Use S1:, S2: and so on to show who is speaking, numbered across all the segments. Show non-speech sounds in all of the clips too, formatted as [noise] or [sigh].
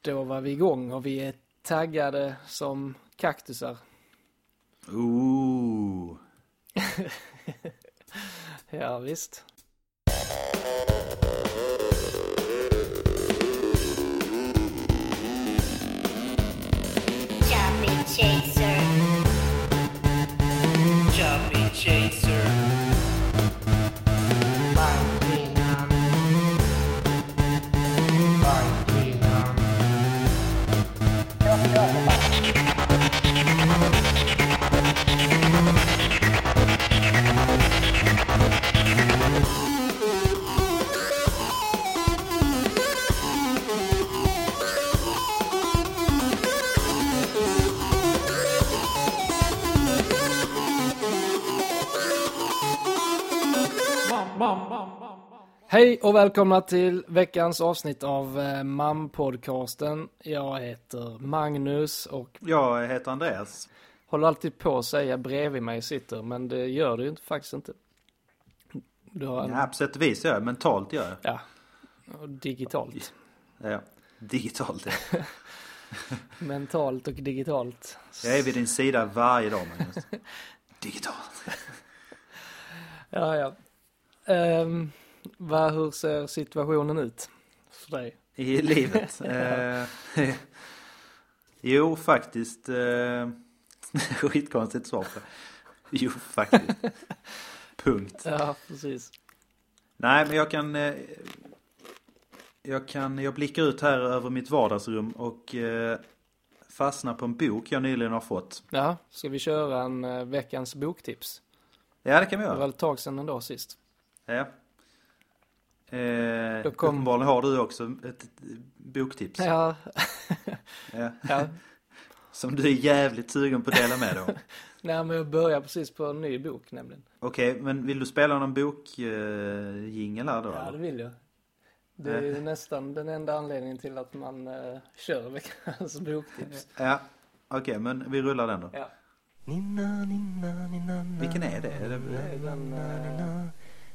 S1: då var vi igång och vi är taggade som kaktusar.
S2: Ooh.
S1: Ja, visst.
S3: Chubby Chaser.
S4: Chubby Chaser. Martina. Martina.
S1: Hej och välkomna till veckans avsnitt av eh, MAM-podcasten. Jag heter Magnus och
S2: Jag heter Andreas.
S1: håller alltid på att säga bredvid mig sitter, men det gör du ju inte, faktiskt inte. Du har en,
S2: Ja, på sätt och vis gör jag. Mentalt gör jag.
S1: ja, digitalt.
S2: Ja. Digitalt. ja.
S1: Mentalt och digitalt.
S2: Jag är vid din sida varje dag Magnus. [laughs] Digitalt.
S1: Ja, ja. Ehm, vad, hur ser situationen ut för dig?
S2: I [laughs] livet. Eh, jo, faktiskt. Eh, [laughs] skitkonstigt svar på det. Jo, faktiskt. Punkt.
S1: Ja, precis.
S2: Nej, men jag kan... eh, Jag kan... Jag blickar ut här över mitt vardagsrum och eh, fastnar på en bok jag nyligen har fått.
S1: Ja, ska vi köra en eh, veckans boktips?
S2: Ja, det kan vi
S1: Det var
S2: göra.
S1: ett tag sedan ändå sist.
S2: Ja. Eh,
S1: Då kom-
S2: Uppenbarligen har du också ett boktips.
S1: Ja,
S2: Ja.
S1: ja.
S2: Som du är jävligt sugen på att dela med
S1: [laughs]
S2: dig av.
S1: Nej, men jag börjar precis på en ny bok nämligen.
S2: Okej, men vill du spela någon bokjingel eh, jingle här då?
S1: Ja, det
S2: eller?
S1: vill jag. Det är ju nästan den enda anledningen till att man eh, kör veckans boktips.
S2: ja. Okej, men vi rullar den då.
S1: Ja.
S4: Nina, nina, nina, nina.
S2: Vilken är det? Är det...
S1: Men, eh,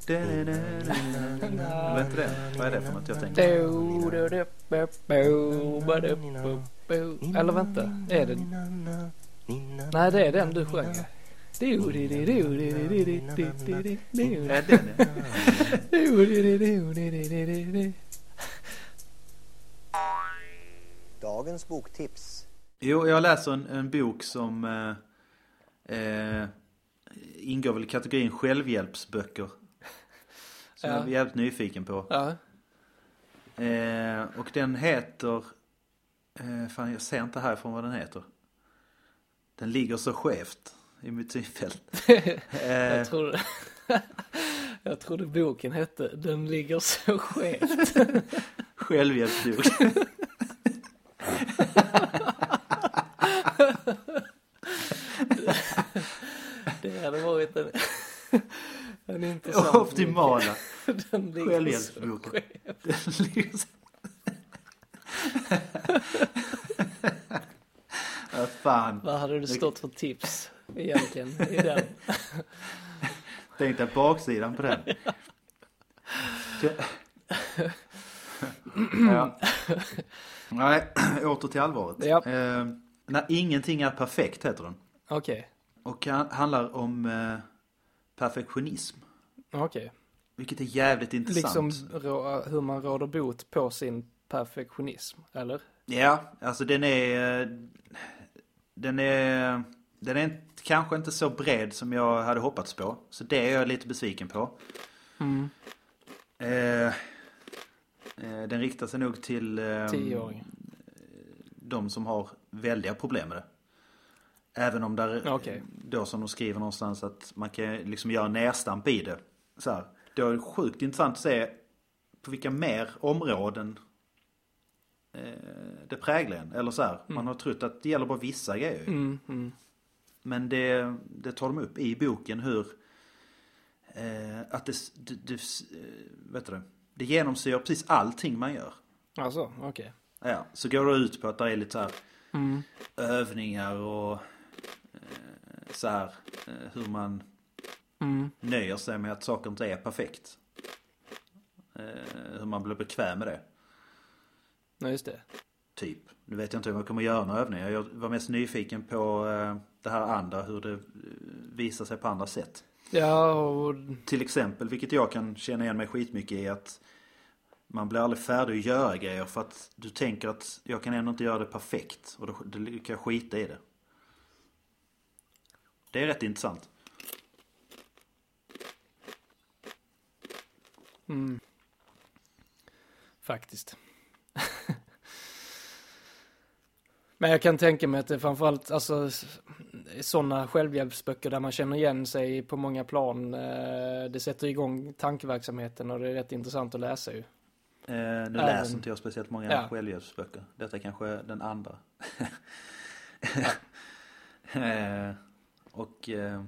S2: Vad heter den? Vad är det för något jag tänker?
S1: do, do, do, bo, bo, ba, do, bo, bo. Eller vänta, är det... Nej, det är den du sjöng. Do, di, di, do, di, di, di, di, di, di, di, do.
S2: Är det den?
S1: Do, di, di, do, di, di, di, di, di.
S5: Dagens boktips.
S2: Jo, jag läser en, en bok som eh, eh, ingår väl i kategorin självhjälpsböcker. Som
S1: Ja.
S2: jag är jävligt nyfiken på.
S1: Ja,
S2: Eh, och den heter... Eh, fan, jag ser inte härifrån vad den heter. Den ligger så skevt i mitt synfält.
S1: [laughs]
S2: Eh,
S1: jag trodde... [laughs] Jag trodde boken hette Den ligger så [laughs] skevt. [laughs]
S2: Självhjälpsbok.
S1: Det hade varit en, en intressant...
S2: Optimala
S1: [laughs] Den ligger
S2: självhjälpsboken.
S1: så skevt.
S2: Den ligger så- [laughs] Vad fan.
S1: Vad hade du stått för tips egentligen i den?
S2: Tänk dig baksidan på den. ja. Nej, åter till allvaret.
S1: Ja.
S2: Eh, när ingenting är perfekt heter den.
S1: Okej,
S2: Och han- handlar om eh, perfektionism.
S1: okej.
S2: Vilket är jävligt
S1: Liksom
S2: intressant.
S1: rå, hur man råder bot på sin perfektionism, eller?
S2: Ja, alltså den är... eh, Den är... Den är inte- kanske inte så bred som jag hade hoppats på. Så det är jag lite besviken på.
S1: Mm.
S2: Eh, eh, den riktar sig nog till eh,
S1: Tioåring.
S2: de som har väldiga problem med det. Även om där,
S1: Okej.
S2: då som de skriver någonstans att man kan liksom göra nästamp i det. Så här, då är det sjukt intressant att se på vilka mer områden eh, det präglar en. Eller så här, man har trott att det gäller bara vissa grejer.
S1: Mm, mm.
S2: Men det, det tar de upp i boken hur eh, att det, s- det, det, s- eh, vet du, det, det genomsyrar precis allting man gör.
S1: Alltså, okej.
S2: Ja, så går det ut på att det är lite så här
S1: Mm.
S2: övningar och eh, så här eh, hur man
S1: Mm.
S2: nöjer sig med att saker inte är perfekt. Eh, hur man blir bekväm med det.
S1: Ja, just det.
S2: Typ. Nu vet jag inte om jag kommer göra några övningar. Jag var mest nyfiken på eh, det här andra, hur det eh, visar sig på andra sätt.
S1: Ja, och
S2: Till exempel, vilket jag kan känna igen mig skitmycket i att man blir aldrig färdig att göra grejer för att du tänker att jag kan ändå inte göra det perfekt och då, då kan jag skita i det. Det är rätt intressant.
S1: faktiskt. Men jag kan tänka mig att det framförallt, alltså sådana självhjälpsböcker där man känner igen sig på många plan. eh, Det sätter igång tankeverksamheten och det är rätt intressant att läsa ju.
S2: Eh, nu läser inte jag speciellt många
S1: Ja.
S2: självhjälpsböcker. Detta är kanske den andra. [laughs] eh, och... Eh,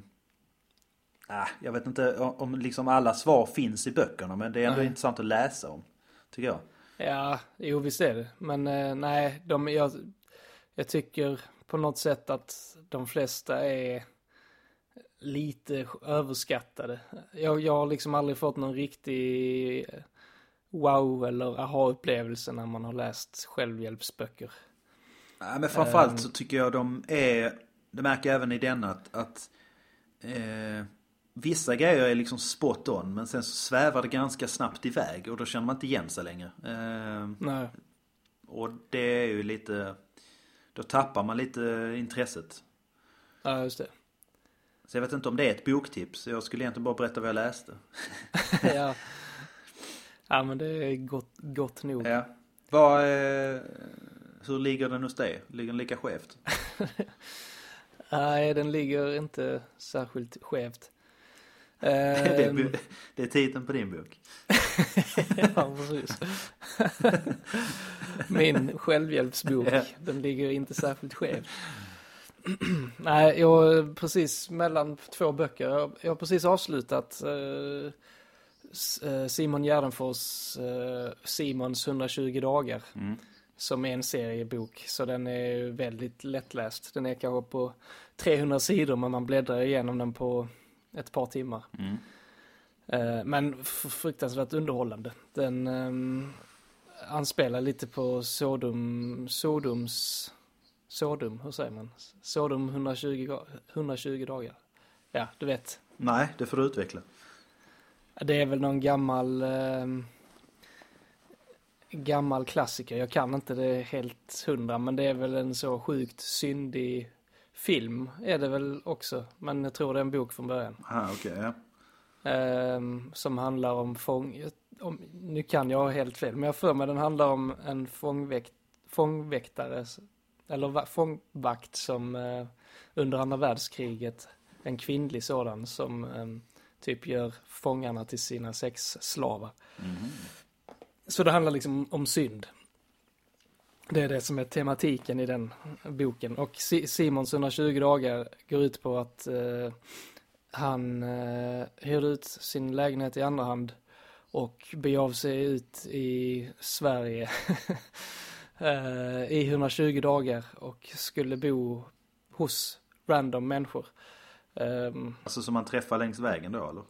S2: ah, jag vet inte om- om liksom alla svar finns i böckerna men det är ändå
S1: Nej.
S2: intressant att läsa om. Tycker jag.
S1: Ja, jo visst är det. Men eh, nej, de, jag, jag tycker på något sätt att de flesta är lite överskattade. Jag, jag har liksom aldrig fått någon riktig eh, wow eller aha-upplevelse när man har läst självhjälpsböcker.
S2: Nej, men framförallt
S1: Ehm.
S2: så tycker jag de är, det märker jag även i denna, att, att eh, vissa grejer är liksom spot on men sen så svävar det ganska snabbt iväg och då känner man inte igen sig längre. Eh,
S1: Nej,
S2: och det är ju lite, då tappar man lite intresset.
S1: ja just det. [laughs]
S2: Så jag vet inte om det är ett boktips, jag skulle egentligen bara berätta vad jag läste.
S1: ja. ja, men det är gott, gott nog.
S2: Ja. Vad, eh, hur ligger den hos dig? Ligger den lika skevt? [laughs]
S1: Nej, den ligger inte särskilt skevt.
S2: [laughs] det, är,
S1: Ehm,
S2: bu- [laughs] det är titeln på din bok.
S1: [laughs] Ja, precis. Min självhjälpsbok,
S2: Ja.
S1: den ligger inte särskilt skev. [clears throat] Nej, jag är precis mellan två böcker. Jag, jag har precis avslutat eh, S- eh, Simon Gärdenfors eh, Simons 120 dagar. Som är en seriebok, så den är ju väldigt lättläst. Den är kanske på 300 sidor, men man bläddrar igenom den på ett par timmar. Eh, Men f- fruktansvärt underhållande. Den um, anspelar lite på Sodom, Sodoms, Sodom, hur säger man? Sodom 120, ga- 120 dagar. Ja, du vet.
S2: Nej, det får du utveckla.
S1: Det är väl någon gammal, ehm, gammal klassiker. Jag kan inte det helt hundra, men det är väl en så sjukt syndig film är det väl också. Men jag tror det är en bok från början.
S2: Aha, okej, ja.
S1: Ehm, som handlar om fång... Om, nu kan jag ha helt fel, men jag har för mig den handlar om en fångväkt, fångväktare, s- eller va, fångvakt som eh, under andra världskriget, en kvinnlig sådan som ehm, typ gör fångarna till sina sexslavar. Så det handlar liksom om synd. Det är det som är tematiken i den boken. Och Si- Simons 120 dagar går ut på att eh, han eh, hyrde ut sin lägenhet i andra hand och begav sig ut i Sverige [laughs] eh, i 120 dagar och skulle bo hos random människor. Ehm,
S2: Alltså som man träffar längs vägen då eller?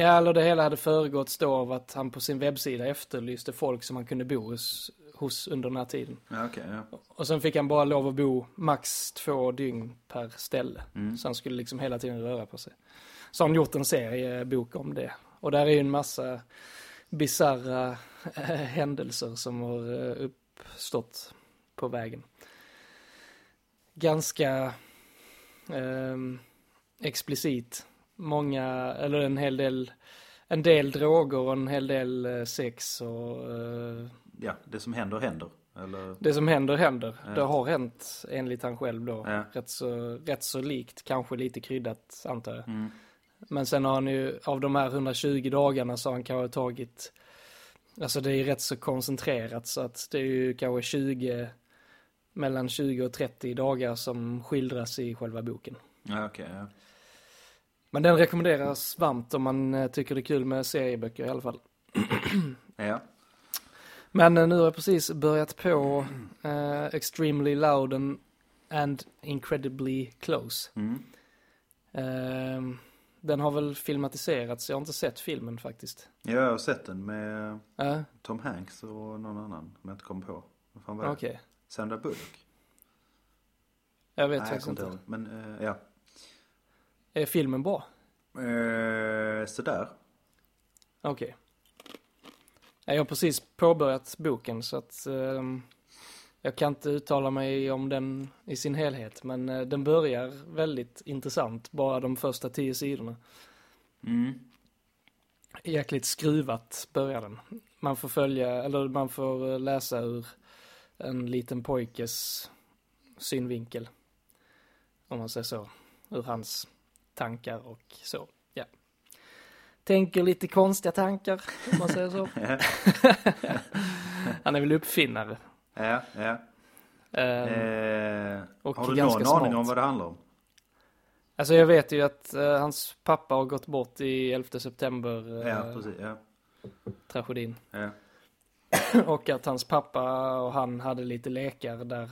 S1: Ja, eller det hela hade föregåtts då av att han på sin webbsida efterlyste folk som han kunde bo hos, hos under den här tiden.
S2: Ja, okej. ja.
S1: Och sen fick han bara lov att bo max två dygn per ställe. Så han skulle liksom hela tiden röra på sig. Så har han gjort en seriebok om det. Och där är ju en massa bisarra eh, händelser som har eh, uppstått på vägen. Ganska ehm, explicit. Många, eller en hel del, en del droger och en hel del eh, sex och eh,
S2: ja, det som händer händer. Eller?
S1: det som händer händer. Det har hänt enligt han själv då.
S2: Ja.
S1: Rätt, så, rätt så likt, kanske lite kryddat antar jag. Men sen har han ju, av de här 120 dagarna så har han kanske tagit, alltså det är rätt så koncentrerat så att det är ju kanske 20, mellan 20 och 30 dagar som skildras i själva boken.
S2: Ja, okej. ja.
S1: Men den rekommenderas varmt om man eh, tycker det är kul med serieböcker i alla fall.
S2: ja.
S1: Men eh, nu har jag precis börjat på eh, Extremely Loud and, and Incredibly Close.
S2: Mm.
S1: Eh, den har väl filmatiserats, jag har inte sett filmen faktiskt. Eh,
S2: ja, jag har sett den med
S1: Ja,
S2: Tom Hanks och någon annan. Om jag inte kommer på. Vad fan var det?
S1: okej.
S2: Sandra Bullock?
S1: Jag vet
S2: Nej, jag
S1: faktiskt
S2: kommer inte
S1: inte.
S2: ihåg. Men eh, ja.
S1: Är filmen bra?
S2: Eh, sådär.
S1: Okej. Nej, Jag har precis påbörjat boken så att ehm, jag kan inte uttala mig om den i sin helhet. Men eh, den börjar väldigt intressant, bara de första tio sidorna.
S2: Mm.
S1: Jäkligt skruvat börjar den. Man får följa, eller man får eh, läsa ur en liten pojkes synvinkel. Om man säger så. Ur hans tankar och så. Ja. Tänker lite konstiga tankar, om man säger så.
S2: [laughs] Ja,
S1: [laughs] Han är väl uppfinnare.
S2: ja, ja.
S1: Ehm,
S2: Eh,
S1: och
S2: har du
S1: ganska
S2: någon aning
S1: smart.
S2: om vad det handlar om?
S1: Alltså jag vet ju att eh, hans pappa har gått bort i 11 september eh,
S2: Ja, precis. Ja,
S1: tragedin.
S2: ja.
S1: Och att hans pappa och han hade lite lekar där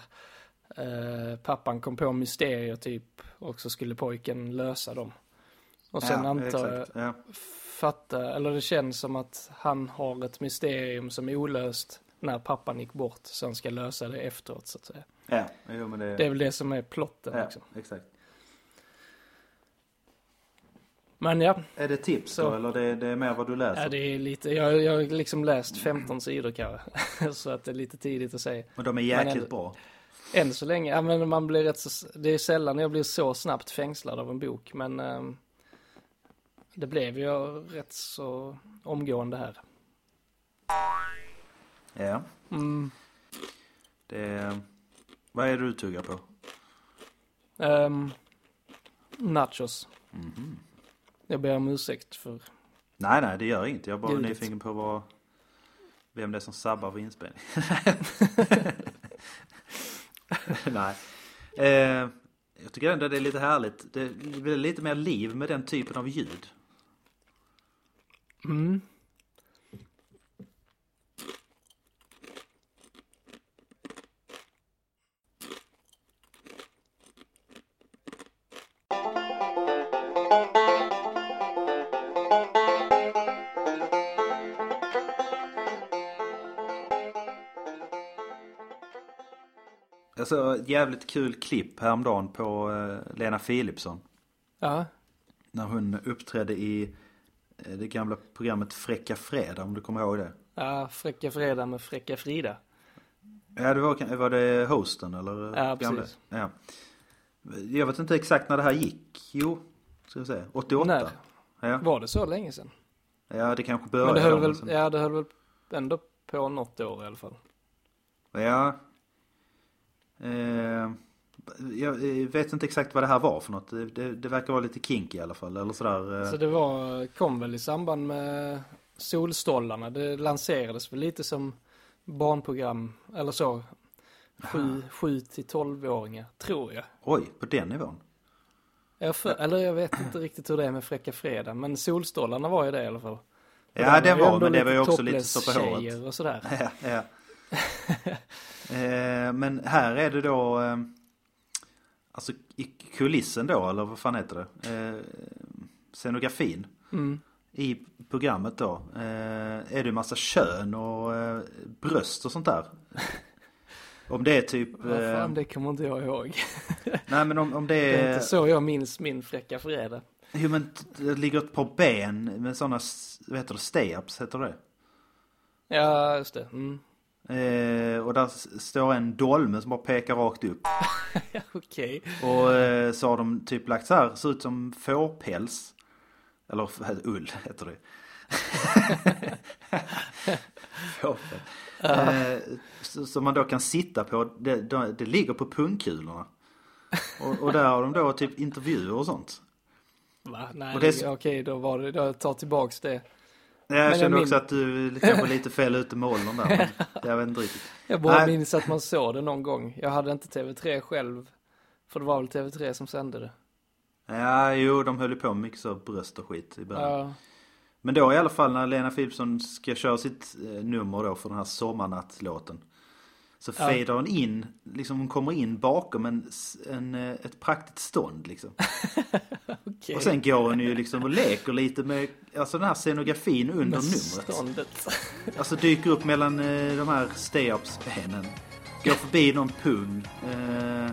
S1: eh, pappan kom på mysterier typ och så skulle pojken lösa dem. Och sen
S2: ja,
S1: antar jag,
S2: exakt. Ja.
S1: fatta, eller det känns som att han har ett mysterium som är olöst när pappan gick bort så han ska lösa det efteråt så att säga.
S2: Ja, jo, men det,
S1: Det är väl det som är plotten
S2: ja,
S1: liksom.
S2: exakt.
S1: Men ja,
S2: Är det tips
S1: Så.
S2: då, eller det, det är mer vad du läser?
S1: ja det är lite, jag, jag har liksom läst 15 sidor kanske. [laughs] så att det är lite tidigt att säga.
S2: Men de är jäkligt
S1: Men ändå-
S2: bra.
S1: Än så länge, ja, men man blir rätt så, det är sällan jag blir så snabbt fängslad av en bok, men ehm, det blev jag rätt så omgående här.
S2: Ja.
S1: Mm.
S2: Det, vad är det du tuggar på?
S1: Ehm, nachos. Mhm. Jag ber om ursäkt för,
S2: Nej, nej, det gör inget. Jag är bara
S1: Ljudet.
S2: nyfiken på vad, vem det är som sabbar för inspelning. [laughs] nej. Eh, jag tycker ändå det är lite härligt. Det blir lite mer liv med den typen av ljud.
S1: mm.
S2: Jag såg ett Alltså, jävligt kul klipp häromdagen på eh, Lena Philipsson.
S1: ja,
S2: När hon uppträdde i eh, det gamla programmet Fräcka Fredag, om du kommer ihåg det.
S1: ja, Fräcka Fredag med Fräcka Frida.
S2: Ja, det var, var det hosten eller?
S1: Ja,
S2: gamla-
S1: precis.
S2: Ja. Jag vet inte exakt när det här gick. Jo, ska vi säga. 88?
S1: När?
S2: Ja.
S1: Var det så länge sedan?
S2: ja, det kanske
S1: Men det
S2: började.
S1: höll
S2: då,
S1: väl,
S2: sen-
S1: ja, det höll väl ändå på något år i alla fall.
S2: ja. Eh, jag eh, vet inte exakt vad det här var för något. Det, det, det verkar vara lite kinky i alla fall. Eller sådär. eh.
S1: Så det var, kom väl i samband med Solstollarna. Det lanserades väl lite som barnprogram eller så. Sju, sju till 12-åringar, tror jag.
S2: Oj, på den nivån.
S1: jag för, eller jag vet inte riktigt hur det är med Fräcka Fredag, men Solstollarna var ju det i alla fall. Och
S2: Ja,
S1: där
S2: det
S1: ju
S2: var,
S1: ändå
S2: men det
S1: lite
S2: var ju också lite
S1: topless
S2: så på håret.
S1: tjejer och sådär.
S2: Ja, ja. eh, men här är det då, eh, alltså i kulissen då, eller vad fan heter det? Eh, scenografin
S1: Mm.
S2: i programmet då. Eh, är det ju massa kön och eh, bröst och
S1: [laughs]
S2: sånt där? Om det är typ...
S1: Vad
S2: Eh,
S1: fan, det kommer inte jag ihåg.
S2: nej men om, om det
S1: Det
S2: är...
S1: är inte så jag minns min Fräcka Fredag.
S2: Jo men t- det ligger ett par ben med sådana, vad heter det, stay-ups, heter det?
S1: Ja, just det. Mm. [laughs]
S2: Eh, och där s- står en dolme som bara pekar rakt upp.
S1: Okej.
S2: Och eh, så har de typ lagt så här, ser ut som fårpäls. Eller f- ull heter det. [laughs] Fårpäls. Eh, så- Som man då kan sitta på, det, det det ligger på pungkulorna. Och, och där har de då typ intervjuer och sånt.
S1: Va? Nej,
S2: Och
S1: det...
S2: det-
S1: okej, då var det, jag tar tillbaks det.
S2: Jag
S1: jag
S2: känner
S1: min-
S2: också att du kanske är lite fel ute med åldern där. men Jag vet inte riktigt.
S1: Jag bara
S2: Nej.
S1: minns att man såg det någon gång. Jag hade inte TV3 själv. För det var väl TV3 som sände det.
S2: Ja, jo, de höll ju på med mycket så bröst och skit i början.
S1: Ja,
S2: Men då i alla fall när Lena Philipsson ska köra sitt eh, nummer då för den här sommarnattlåten. Så
S1: Ja.
S2: fader hon in, liksom hon kommer in bakom en, s- en, eh, ett praktiskt stånd liksom.
S1: okej.
S2: Och sen går hon ju liksom och leker lite med, alltså den här scenografin under
S1: Med [laughs]
S2: numret.
S1: ståndet.
S2: Alltså dyker upp mellan eh, de här stay-ups benen. Går förbi någon pung. Eh,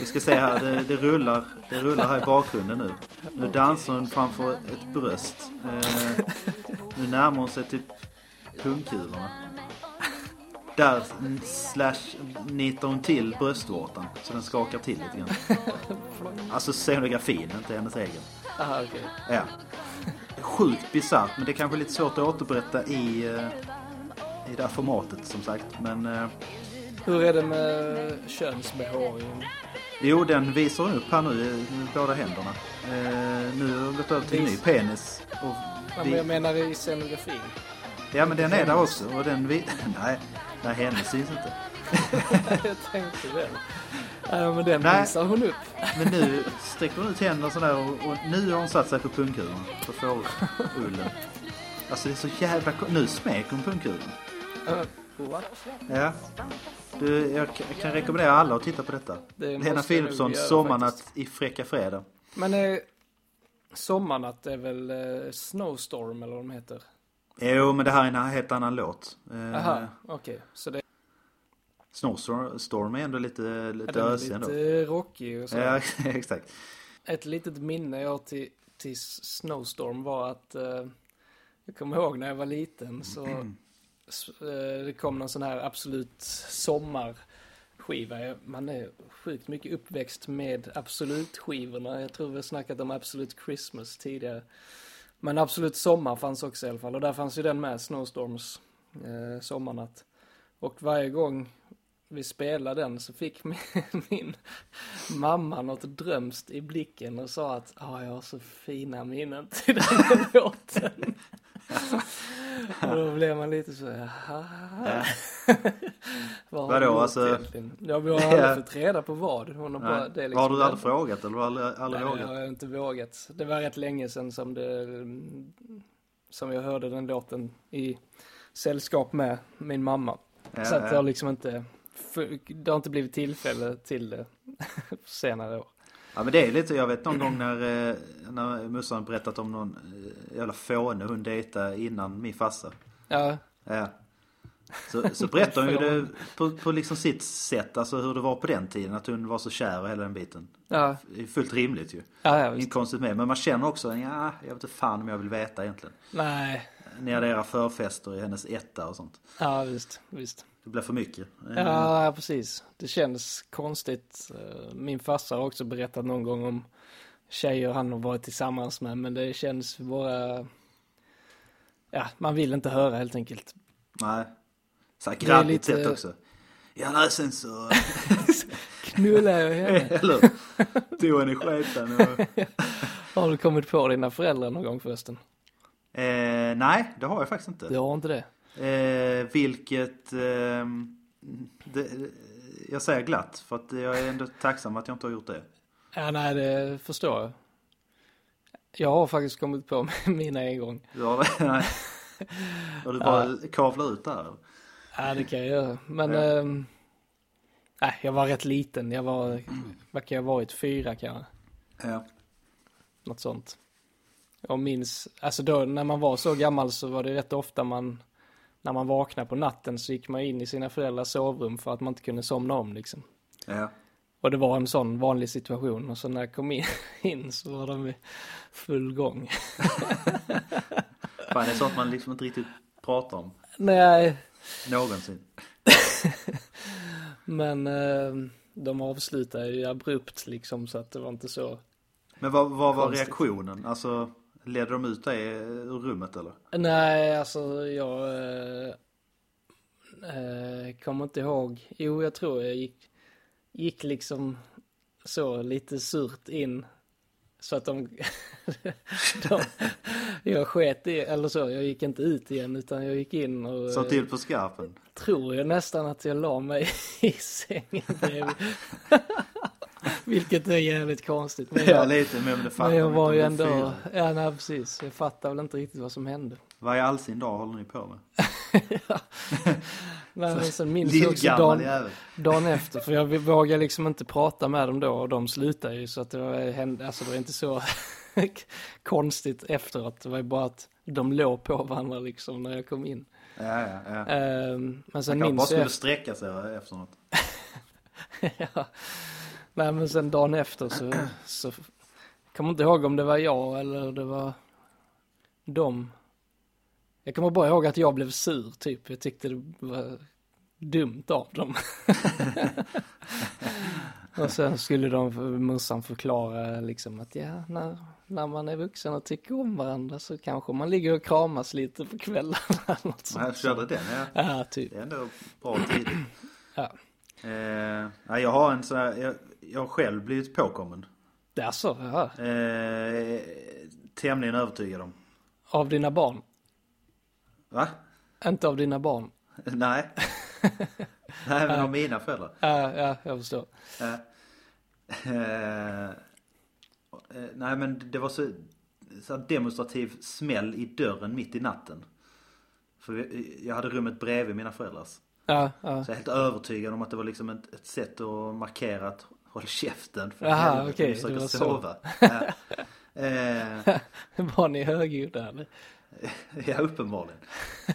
S2: vi ska se här, det, det, rullar, det rullar här i bakgrunden nu. Nu dansar hon framför ett bröst. Eh, nu närmar hon sig typ pungkulorna. Där mm, slash nitar hon till bröstvårtan så den skakar till lite grann. Alltså scenografin, inte hennes egen.
S1: Aha, Ah, okej.
S2: Ja. Sjukt bisarrt, men det är kanske lite svårt att återberätta i, eh, i det här formatet som sagt. Men eh,
S1: Hur är det med könsbehåring?
S2: jo, den visar hon upp här nu eh, med båda händerna. Eh, nu har hon gått över till en ny
S1: Vis-
S2: penis. Och
S1: Ja, men
S2: vi,
S1: jag menar i scenografin. [laughs]
S2: ja, men den är där också. Och den vi, [laughs] nej, nej, hennes syns inte.
S1: jag tänkte det. Ja, men den
S2: Nej.
S1: visar hon upp.
S2: Men nu sträcker hon ut händerna sådär och, och nu har hon satt sig på pungkulan. På fårullen. Alltså det är så jävla... ko- Nu smeker hon pungkulan.
S1: Ja, what?
S2: Ja. Du, jag, k- jag kan rekommendera alla att titta på detta.
S1: Det måste jag
S2: Lena
S1: nog
S2: Philipsson,
S1: göra
S2: Sommarnatt
S1: faktiskt.
S2: i Fräcka Fredag.
S1: Men eh, sommarnatt är väl eh, Snowstorm eller vad de heter?
S2: Jo, men det här är en helt annan låt.
S1: Aha,
S2: Eh,
S1: okej. Så det
S2: Snowstorm Storm är ändå lite,
S1: ja,
S2: lite
S1: den är
S2: ösig
S1: lite
S2: ändå.
S1: eh, rockig och så.
S2: Ja, [laughs] exakt.
S1: Ett litet minne jag har till, till Snowstorm var att eh, jag kommer ihåg när jag var liten så s- eh, det kom någon sån här absolut sommarskiva. Jag- Man är sjukt mycket uppväxt med absolut-skivorna. Jag tror vi har snackat om Absolut Christmas tidigare. Men Absolut Sommar fanns också i alla fall och där fanns ju den med, Snowstorms eh, Sommarnatt. Och varje gång vi spelade den så fick min, [laughs] min mamma något drömst i blicken och sa att ah, jag har så fina minnen till den här [laughs] låten. och då blev man lite så jaha. [laughs] Vad har
S2: Vadå,
S1: du gjort
S2: alltså?
S1: egentligen? Ja, vi har aldrig
S2: Ja.
S1: fått reda på vad. Hon har bara, det är liksom
S2: har du
S1: den-
S2: aldrig frågat eller har du aldrig, aldrig
S1: Nej,
S2: vågat?
S1: jag har inte vågat. Det var rätt länge sedan som det... mm, Som jag hörde den låten i sällskap med min mamma.
S2: Ja,
S1: så att det
S2: ja.
S1: har liksom inte... för- Det har inte blivit tillfälle till det [laughs] senare år.
S2: Ja men det är lite, jag vet någon gång när, eh, när Mussan berättat om någon eh, jävla fåne hon dejtade innan min farsa.
S1: Ja,
S2: Ja. Så, så berättar hon ju det på, på liksom sitt sätt, alltså hur det var på den tiden, att hon var så kär och hela den biten.
S1: ja,
S2: Det är fullt rimligt ju.
S1: ja, ja visst.
S2: Inget konstigt med, men man känner också, ja, jag vet inte fan om jag vill veta egentligen.
S1: Nej,
S2: Ni hade era förfester i hennes etta och sånt.
S1: ja visst, visst.
S2: Det blev för mycket. Eh,
S1: Ja, ja, precis. Det känns konstigt. Eh, Min farsa har också berättat någon gång om tjejer han har varit tillsammans med, men det känns bara... Ja, man vill inte höra helt enkelt.
S2: Nej. Så här
S1: Det är
S2: grabbigt
S1: lite-
S2: sätt också. Ja, nej,
S1: [laughs]
S2: sen så...
S1: Knullade jag henne?
S2: Eller tog henne i sketen och...
S1: Har du kommit på dina föräldrar någon gång förresten?
S2: Eh, nej, det har jag faktiskt inte.
S1: Du har inte det?
S2: Eh, vilket... ehm, det, jag säger glatt för att jag är ändå tacksam att jag inte har gjort det.
S1: Ja, nej, det förstår jag. Jag har faktiskt kommit på [laughs] mina en gång.
S2: Du har, [laughs] nej. Och du bara kavlar ut där.
S1: Ja, det kan jag göra. Men... ehm, nej, jag var rätt liten. Jag var... Vad kan jag ha varit? Fyra kanske?
S2: Ja.
S1: Något sånt. Jag minns... Alltså då, när man var så gammal så var det rätt ofta man... När man vaknade på natten så gick man in i sina föräldrars sovrum för att man inte kunde somna om liksom.
S2: ja.
S1: Och det var en sån vanlig situation och så när jag kom in, [laughs] in så var de i full gång.
S2: Fan, det är sånt man liksom inte riktigt pratar om
S1: Nej,
S2: någonsin.
S1: men eh, de avslutade ju abrupt liksom så att det var inte så.
S2: Men vad, vad var
S1: Konstigt.
S2: reaktionen? Alltså, ledde de ut dig ur rummet eller?
S1: Nej, alltså jag eh, eh, kommer inte ihåg. Jo, jag tror jag gick, gick liksom så lite surt in. Så att de, [laughs] de... Jag sket i, eller så, jag gick inte ut igen utan jag gick in och...
S2: Sa
S1: eh,
S2: till på skarpen?
S1: tror jag nästan att jag la mig [laughs] i sängen bredvid. [laughs] Vilket är jävligt konstigt. Men
S2: Ja,
S1: jag,
S2: lite, men det fattar
S1: men jag
S2: man
S1: var
S2: inte
S1: ju
S2: om du är
S1: ändå,
S2: fyra.
S1: ja nej, precis, jag fattar väl inte riktigt vad som hände.
S2: Vad i all sin dag håller ni på med?
S1: Nej, men sen minns jag också
S2: Lillgammal
S1: dagen,
S2: jävel.
S1: dagen efter, för jag vågade liksom inte prata med dem då och de slutade ju så att det var, hände, alltså det var inte så [laughs] konstigt efteråt. Det var ju bara att de låg på varandra liksom när jag kom in.
S2: Ja, ja, ja.
S1: Ehm, men sen
S2: Han kanske bara
S1: minns jag
S2: skulle sträcka sig efter något.
S1: [laughs] ja. Nej men sen dagen efter så, så kommer inte ihåg om det var jag eller det var dem. Jag kommer bara ihåg att jag blev sur typ. Jag tyckte det var dumt av dem. [laughs] och sen skulle de, morsan förklara liksom att ja, när, när man är vuxen och tycker om varandra så kanske man ligger och kramas lite på kvällarna. eller något
S2: Så här
S1: sånt.
S2: körde den, ja.
S1: Ja, typ.
S2: Det är ändå bra tidigt.
S1: Ja.
S2: Eh, nej, jag har en sån här, jag, jag har själv blivit påkommen.
S1: Alltså, ja.
S2: Eh, tämligen övertygad om.
S1: Av dina barn?
S2: Va? [laughs]
S1: Inte av dina barn?
S2: Nej. Nej, men av mina föräldrar.
S1: Ja, ja, jag förstår.
S2: Eh, eh, eh, nej men det var så, så här demonstrativ smäll i dörren mitt i natten. För vi- jag hade rummet bredvid mina föräldrars.
S1: Ja, ja. [laughs]
S2: Så jag är helt övertygad om att det var liksom ett, ett sätt att markera att håll käften för
S1: Aha,
S2: helvete,
S1: okej,
S2: vi
S1: det
S2: försöker
S1: var så. [laughs]
S2: sova. Ja. Eh,
S1: Var ni högljudda eller?
S2: ja, uppenbarligen.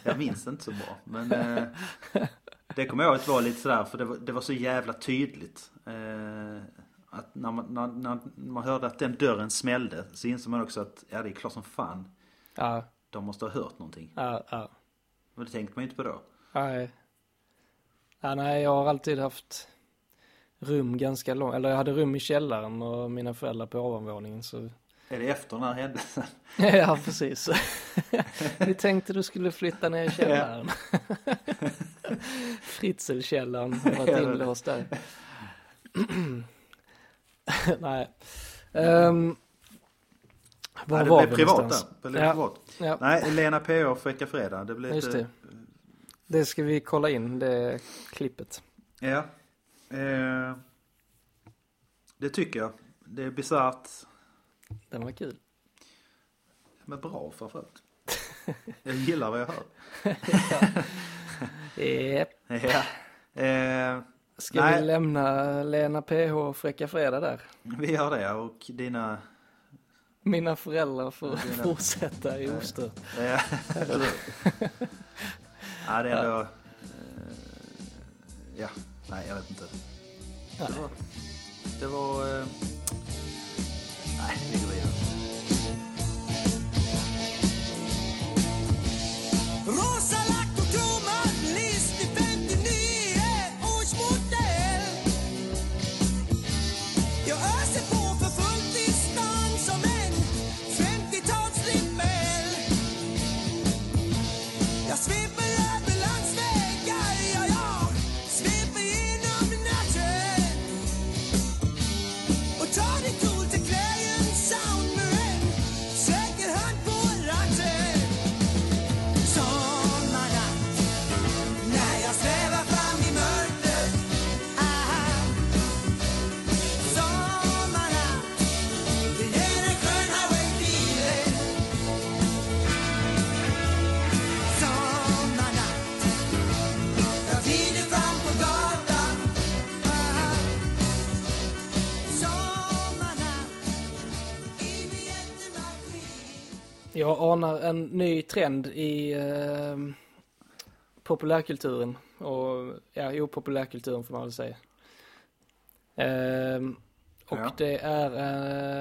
S2: Jag minns inte så bra. Men eh, det kommer jag ihåg att vara lite sådär, för det var, det var så jävla tydligt. Eh, att när man, när, när man hörde att den dörren smällde så insåg man också att, ja det är klart som fan,
S1: Ja,
S2: de måste ha hört någonting.
S1: ja, ja.
S2: Men det tänkte man ju inte på då.
S1: Nej. Ja, nej, jag har alltid haft rum ganska långt, eller jag hade rum i källaren och mina föräldrar på ovanvåningen så.
S2: [laughs] Är det efter den här händelsen?
S1: Ja, [laughs] precis. Vi tänkte du skulle flytta ner i källaren. [laughs] Fritzelkällaren har
S2: Ja,
S1: varit
S2: det-
S1: inlåst där. [clears throat] nej. Um, var
S2: Nej, det
S1: var
S2: blev
S1: vi
S2: privat där.
S1: någonstans?
S2: Det blev
S1: Ja.
S2: privat.
S1: Ja.
S2: Nej, Lena PH för Vecka Fredag. Det blev
S1: Just
S2: lite...
S1: det. Det ska vi kolla in, det klippet.
S2: Ja. Eh, det tycker jag. Det är bisarrt,
S1: Den var kul.
S2: men bra
S1: [laughs]
S2: framförallt. Jag gillar vad jag hör.
S1: Yep.
S2: Ja. Eh,
S1: Ska
S2: Nej.
S1: vi lämna Lena PH och Fräcka Fredag där?
S2: vi gör det och dina...
S1: Mina föräldrar får [laughs]
S2: Dina-
S1: fortsätta i ostört. [laughs]
S2: Eh, eller hur? ja, det är ändå... Eh, ja, nej jag vet inte. Det var... Det var eh, nej, vi går vidare.
S3: Rosa lack och kromad list i 59 års modell. Jag öser på för fullt i stan som en 50-talsrimmel. Jag sveper över landsvägar, ja, jag sveper genom natten. Och tar det coolt till Clarion Sound med en säker hand på ratten. Sommarnatt när jag svävar fram i mörkret Aha. Sommarnatt, det är den sköna wayfilen Sommarnatt, jag glider fram på gatan Aha. Sommarnatt, i min jättemaskin
S1: Jag anar en ny trend i eh, populärkulturen. Och, ja, opopulärkulturen får man väl säga. Eh, och
S2: Ja.
S1: det är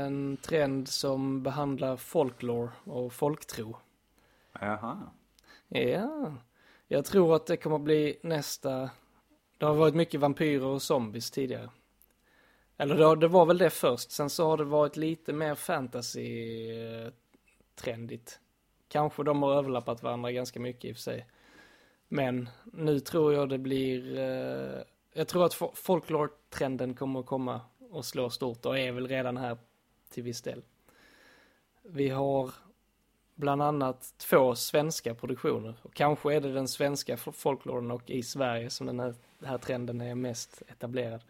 S1: en trend som behandlar folklore och folktro.
S2: Jaha.
S1: Ja, jag tror att det kommer bli nästa. Det har varit mycket vampyrer och zombies tidigare. Eller det, det var väl det först, sen så har det varit lite mer fantasy-trendigt. Kanske de har överlappat varandra ganska mycket i och för sig. Men nu tror jag det blir, eh, jag tror att fo- folklore-trenden kommer att komma och slå stort och är väl redan här till viss del. Vi har bland annat två svenska produktioner. Och kanske är det den svenska fol- folkloren och i Sverige som den här, den här trenden är mest etablerad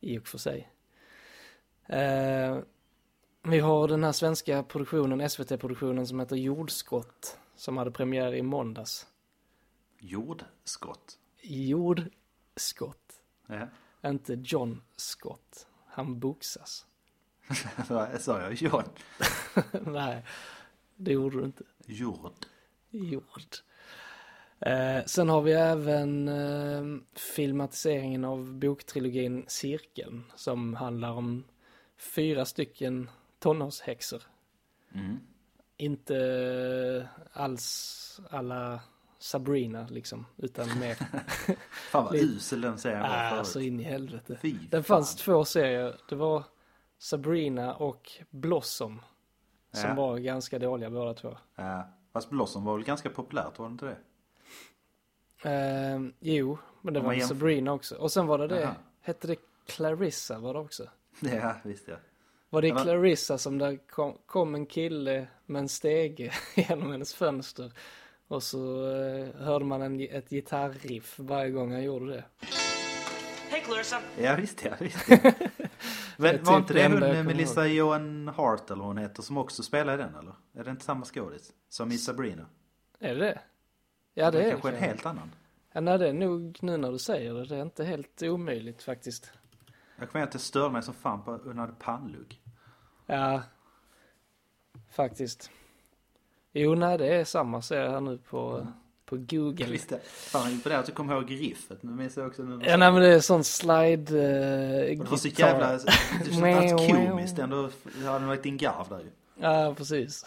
S1: i och för sig. Eh, vi har den här svenska produktionen, SVT-produktionen som heter Jordskott som hade premiär i måndags.
S2: Jordskott.
S1: Jordskott,
S2: Ja. [laughs]
S1: inte John Scott. Han boxas. [laughs]
S2: Vad Sa jag jord?
S1: Nej, det gjorde du inte.
S2: Jord.
S1: Jord. Eh, sen har vi även eh, filmatiseringen av boktrilogin Cirkeln som handlar om fyra stycken tonårshäxor.
S2: Mm.
S1: Inte alls alla Sabrina liksom,
S2: [laughs]
S1: utan mer,
S2: Fan vad
S1: Lite-
S2: usel den serien
S1: [laughs]
S2: var förut.
S1: ah, så in i helvete.
S2: Fy
S1: Det fanns två serier, det var Sabrina och Blossom. Som
S2: Ja.
S1: var ganska dåliga båda två.
S2: Ja, fast Äh, Blossom var väl ganska populärt, var
S1: [laughs]
S2: det inte det?
S1: Eh, jo, men det
S2: Om
S1: var
S2: man jämför-
S1: Sabrina också. Och sen var det det,
S2: Aha.
S1: hette det Clarissa var det också?
S2: Ja, visst ja.
S1: Var det
S2: Men-
S1: Clarissa som där kom, kom en kille med en stege [laughs] genom hennes fönster? Och så eh, hörde man en, ett gitarriff varje gång han gjorde det.
S6: Hey, Clarissa.
S2: Ja, visst ja. Visst,
S1: [laughs]
S2: ja.
S1: är
S2: Men,
S1: typ
S2: var inte
S1: det
S2: det
S1: enda
S2: hon
S1: jag
S2: med
S1: kommer
S2: Melissa Joan Hart eller vad hon heter som också spelar i den eller? Är det inte samma skådis? Som i Sabrina?
S1: Är det det? Ja det,
S2: det
S1: är
S2: kanske
S1: det.
S2: en helt annan.
S1: ja, nej, det är nog nu när du säger det. Det är inte helt omöjligt faktiskt.
S2: Jag kommer ihåg att det störde mig som fan på hon hade pannlugg.
S1: Ja, faktiskt. Jo, nej det är samma ser jag här nu på, på Google.
S2: Visst ja. Fan vad imponerad att du kom ihåg riffet. Nu minns jag också nu.
S1: Ja, nej men det är sån slide uh,
S2: Och det var så jävla, det kändes allt komiskt ändå. Jag hade varit din garv där ju.
S1: Ja, precis.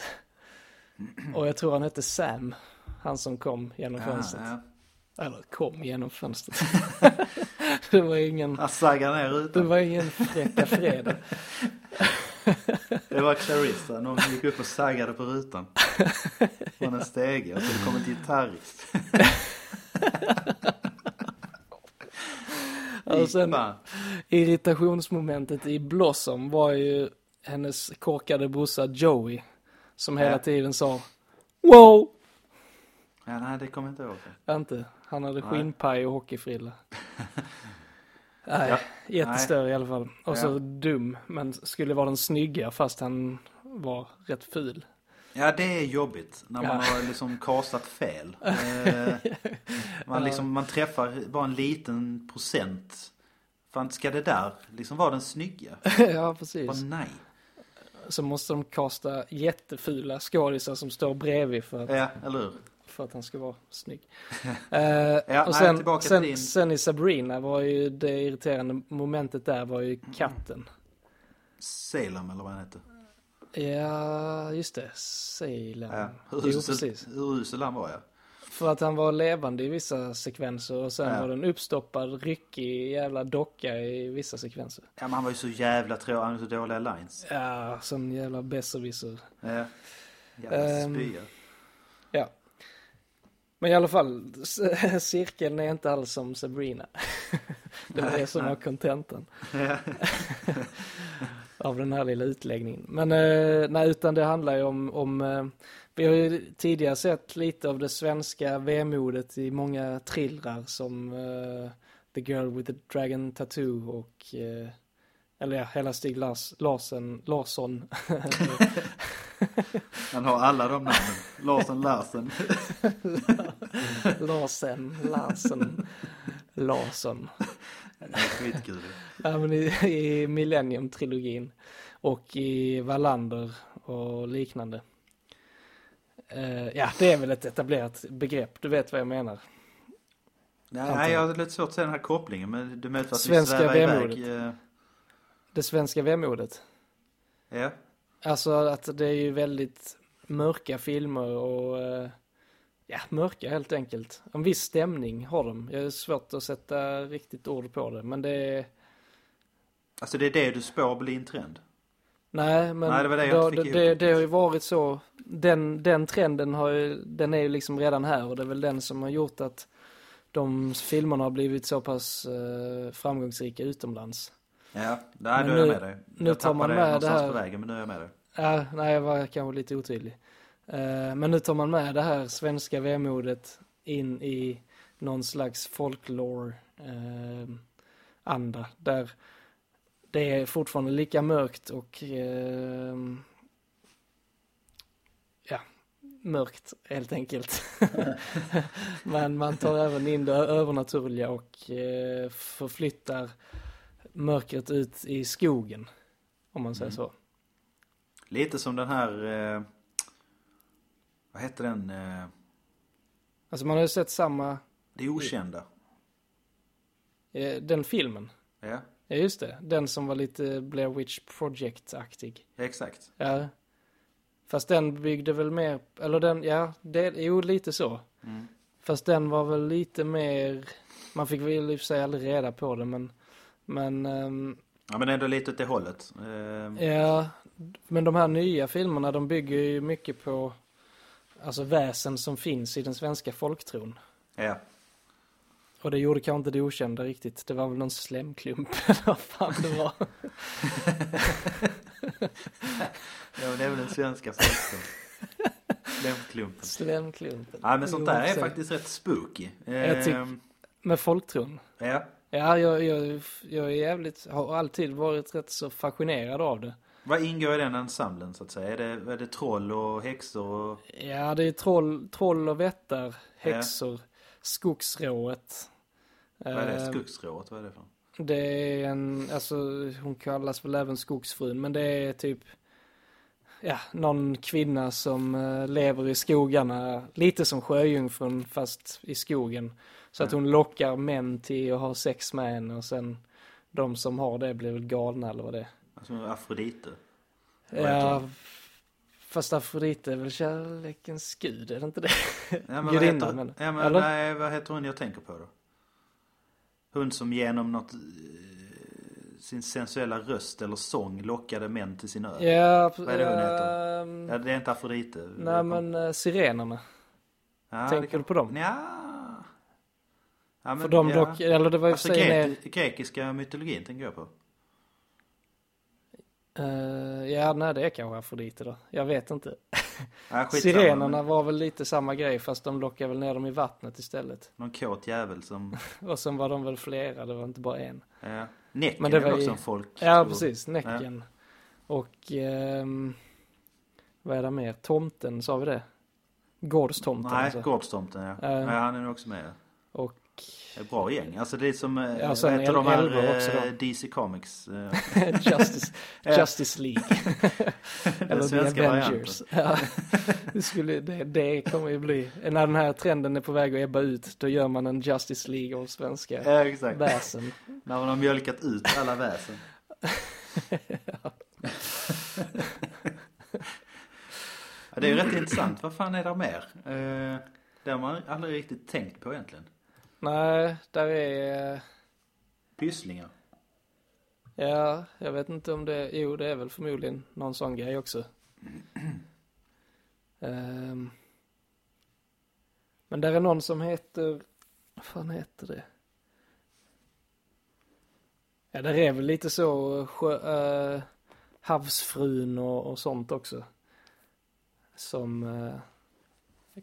S1: Och jag tror han hette Sam, han som kom genom
S2: Ja,
S1: fönstret.
S2: Ah, ja.
S1: Eller kom genom fönstret. [laughs] det var ingen,
S2: Han saggade ner
S1: det
S2: rutan.
S1: var ingen fräcka fredag.
S2: Det var Clarissa, någon som gick upp och saggade på rutan. Från en stege och så kom en gitarrist.
S1: [laughs] Och sen
S2: Fan.
S1: irritationsmomentet i Blossom var ju hennes korkade brorsa Joey. Som hela
S2: Ja.
S1: tiden sa Wow!
S2: Ja, nej, det kommer jag inte ihåg.
S1: Inte, han hade skinnpaj och
S2: [laughs]
S1: hockeyfrilla.
S2: Ja.
S1: Nej, jättestör i alla fall. Och så dum, men skulle vara den snygga fast han var rätt
S2: [laughs]
S1: ful.
S2: Ja, det är jobbigt när man
S1: Ja.
S2: har liksom kastat fel. Eh, Man, liksom, man träffar bara en liten procent. Fan, ska det där liksom vara den snygga?
S1: ja,
S2: Bara,
S1: precis.
S2: nej.
S1: Så måste de kasta jättefula skådisar som står bredvid för att,
S2: Ja, eller hur?
S1: för att han ska vara snygg.
S2: [laughs]
S1: Eh,
S2: nej,
S1: och sen,
S2: tillbaka till
S1: sen,
S2: din-
S1: sen i Sabrina var ju det irriterande momentet där var ju
S2: Mm.
S1: katten.
S2: Salem eller vad han heter.
S1: Ja, just det. Salem.
S2: Ja, hur
S1: Jo,
S2: usel-
S1: precis.
S2: hur usel han var ja.
S1: För att han var levande i vissa sekvenser och sen
S2: Ja.
S1: var den uppstoppad, ryckig jävla docka i vissa sekvenser.
S2: Ja, men han var ju så jävla tråkig, han hade så dåliga lines.
S1: Ja, som jävla besserwisser.
S2: Ja. Jävla
S1: Ehm.
S2: spya.
S1: Ja. Men i alla fall, c- [laughs] cirkeln är inte alls som Sabrina. [laughs] Det var det som var kontentan. [laughs] Av den här lilla utläggningen. Men eh, nej, utan det handlar ju om, om eh, vi har ju tidigare sett lite av det svenska vemodet i många thrillrar som eh, The Girl with the Dragon Tattoo och eh, eller ja, hela Stig Lars, Larsen, [laughs] Larsson
S2: Han har alla de namnen. Larsen Larsen. [laughs]
S1: Larsen, Larsen, Larsson.
S2: Det är Skitkul.
S1: Ja, men i, [laughs] i Millennium-trilogin och i Wallander och liknande. Eh, ja, det är väl ett etablerat begrepp, du vet vad jag menar.
S2: Nej, nej, jag har lite svårt att se den här kopplingen. Men du menar att vi
S1: Svenska
S2: svävar iväg.
S1: vemodet.
S2: eh,
S1: Det svenska vemodet.
S2: Ja.
S1: Alltså att det är ju väldigt mörka filmer och eh, ja, mörka helt enkelt. En viss stämning har de. Jag är svårt att sätta riktigt ord på det, men det är...
S2: Alltså det är det du spår blir en trend.
S1: Nej, men
S2: Nej, det var det jag inte
S1: det,
S2: fick alltså.
S1: det,
S2: ihop.
S1: det har ju varit så. Den, den trenden har ju, den är ju liksom redan här och det är väl den som har gjort att de filmerna har blivit så pass eh, framgångsrika utomlands.
S2: Ja, nej,
S1: Men
S2: nu, är
S1: nu-
S2: jag med dig.
S1: nu
S2: jag
S1: tar man
S2: tappade
S1: med det
S2: någonstans
S1: här.
S2: på vägen, men nu är jag med dig.
S1: Ja, nej, jag var kanske lite otydlig. Eh, men nu tar man med det här svenska vemodet in i någon slags folklore-anda. där det är fortfarande lika mörkt och ehm, ja, mörkt helt enkelt. [laughs] men man tar även in det övernaturliga och eh, förflyttar mörkret ut i skogen. Om man säger så.
S2: Lite som den här... Eh, vad heter den? Eh,
S1: Alltså man har ju sett samma,
S2: Det okända.
S1: eh, den filmen.
S2: Ja,
S1: Ja just det, den som var lite Blair Witch Project-aktig.
S2: exakt.
S1: Ja. Fast den byggde väl mer, eller den, ja, det, jo lite så. Fast den var väl lite mer, man fick väl i och för sig aldrig reda på det men, men, ehm,
S2: Ja, men ändå lite åt det hållet. Ehm,
S1: ja, men de här nya filmerna de bygger ju mycket på, alltså väsen som finns i den svenska folktron.
S2: Ja.
S1: Och det gjorde kanske inte det okända riktigt, det var väl någon slemklump [laughs] eller vad fan det var.
S2: Ja, men det är väl den svenska folken. Lämpklumpen.
S1: Slemklumpen.
S2: Ja, men sånt där
S1: Jo,
S2: är
S1: så-
S2: faktiskt rätt spooky.
S1: Jag tycker-
S2: Ehm,
S1: Med folktron.
S2: ja.
S1: Ja, jag, jag, jag är jävligt, har alltid varit rätt så fascinerad av det.
S2: Vad ingår i den ensemblen så att säga? Är det, är det troll och häxor och...
S1: Ja, det är troll, troll och vättar, häxor, skogsrået.
S2: Vad är det?
S1: Eh,
S2: Skogsrået? Vad är det för något?
S1: Det är en, alltså hon kallas väl även skogsfrun, men det är typ Ja, någon kvinna som eh, lever i skogarna, lite som sjöjungfrun fast i skogen. Så
S2: Mm.
S1: att hon lockar män till att ha sex med henne och sen de som har det blir väl galna eller vad det är.
S2: Alltså Afrodite? Vad heter
S1: Ja,
S2: hon?
S1: fast Afrodite är väl kärlekens gud, är det inte det?
S2: Ja, men, vad
S1: Gudinnan,
S2: heter,
S1: men-
S2: ja, men
S1: eller?
S2: nej, vad heter hon jag tänker på då? Hon som genom något, eh, sin sensuella röst eller sång lockade män till sin ö.
S1: Ja,
S2: Vad är det hon heter?
S1: ehm,
S2: Ja, det är inte Afrodite.
S1: Nej men eh, sirenerna.
S2: ja,
S1: tänker
S2: det kan-
S1: du på dem?
S2: Ja. Ja, men,
S1: För de
S2: ja.
S1: dock, eller det var ju
S2: Alltså
S1: alltså, sig mer,
S2: grek, grekiska mytologin tänker jag på.
S1: eh, Ja nej det är kanske Afrodite då. Jag vet inte.
S2: Ja, skitsamma,
S1: Sirenerna
S2: men
S1: var väl lite samma grej fast de lockade väl ner dem i vattnet istället. [laughs]
S2: Någon kåt jävel som...
S1: Och sen var de väl flera, det var inte bara en.
S2: Ja. Näcken
S1: Men det
S2: är väl
S1: var ju-
S2: också en folk...
S1: Ja precis, Näcken. Och ehm, vad är det mer? Tomten, sa vi det? Gårdstomten
S2: Nej,
S1: alltså.
S2: gårdstomten ja.
S1: Eh.
S2: ja. Han är nog också med.
S1: Och [laughs]
S2: Det är ett bra gäng. Alltså det är som, eh,
S1: Ja, sen
S2: vad heter
S1: el-
S2: de
S1: elva också
S2: här
S1: då.
S2: eh, DC Comics? eh,
S1: Justice,
S2: [laughs]
S1: Justice League.
S2: Den
S1: Eller
S2: svenska
S1: The
S2: varianten.
S1: Avengers. Ja, [laughs] det, skulle, det, det kommer ju bli, när den här trenden är på väg att ebba ut, då gör man en Justice League av svenska
S2: [laughs] Ja, exakt.
S1: väsen.
S2: När man har mjölkat ut alla väsen. ja, det är ju rätt intressant. Vad fan är det mer? Eh, Det har man aldrig riktigt tänkt på egentligen.
S1: [laughs] Nej, där är, eh,
S2: Pysslingar.
S1: ja, jag vet inte om det, jo det är väl förmodligen någon sån grej också. Ehm. men där är någon som heter, vad fan heter det? Ja, där är väl lite så sjö, eh, havsfrun och, och sånt också. Som eh,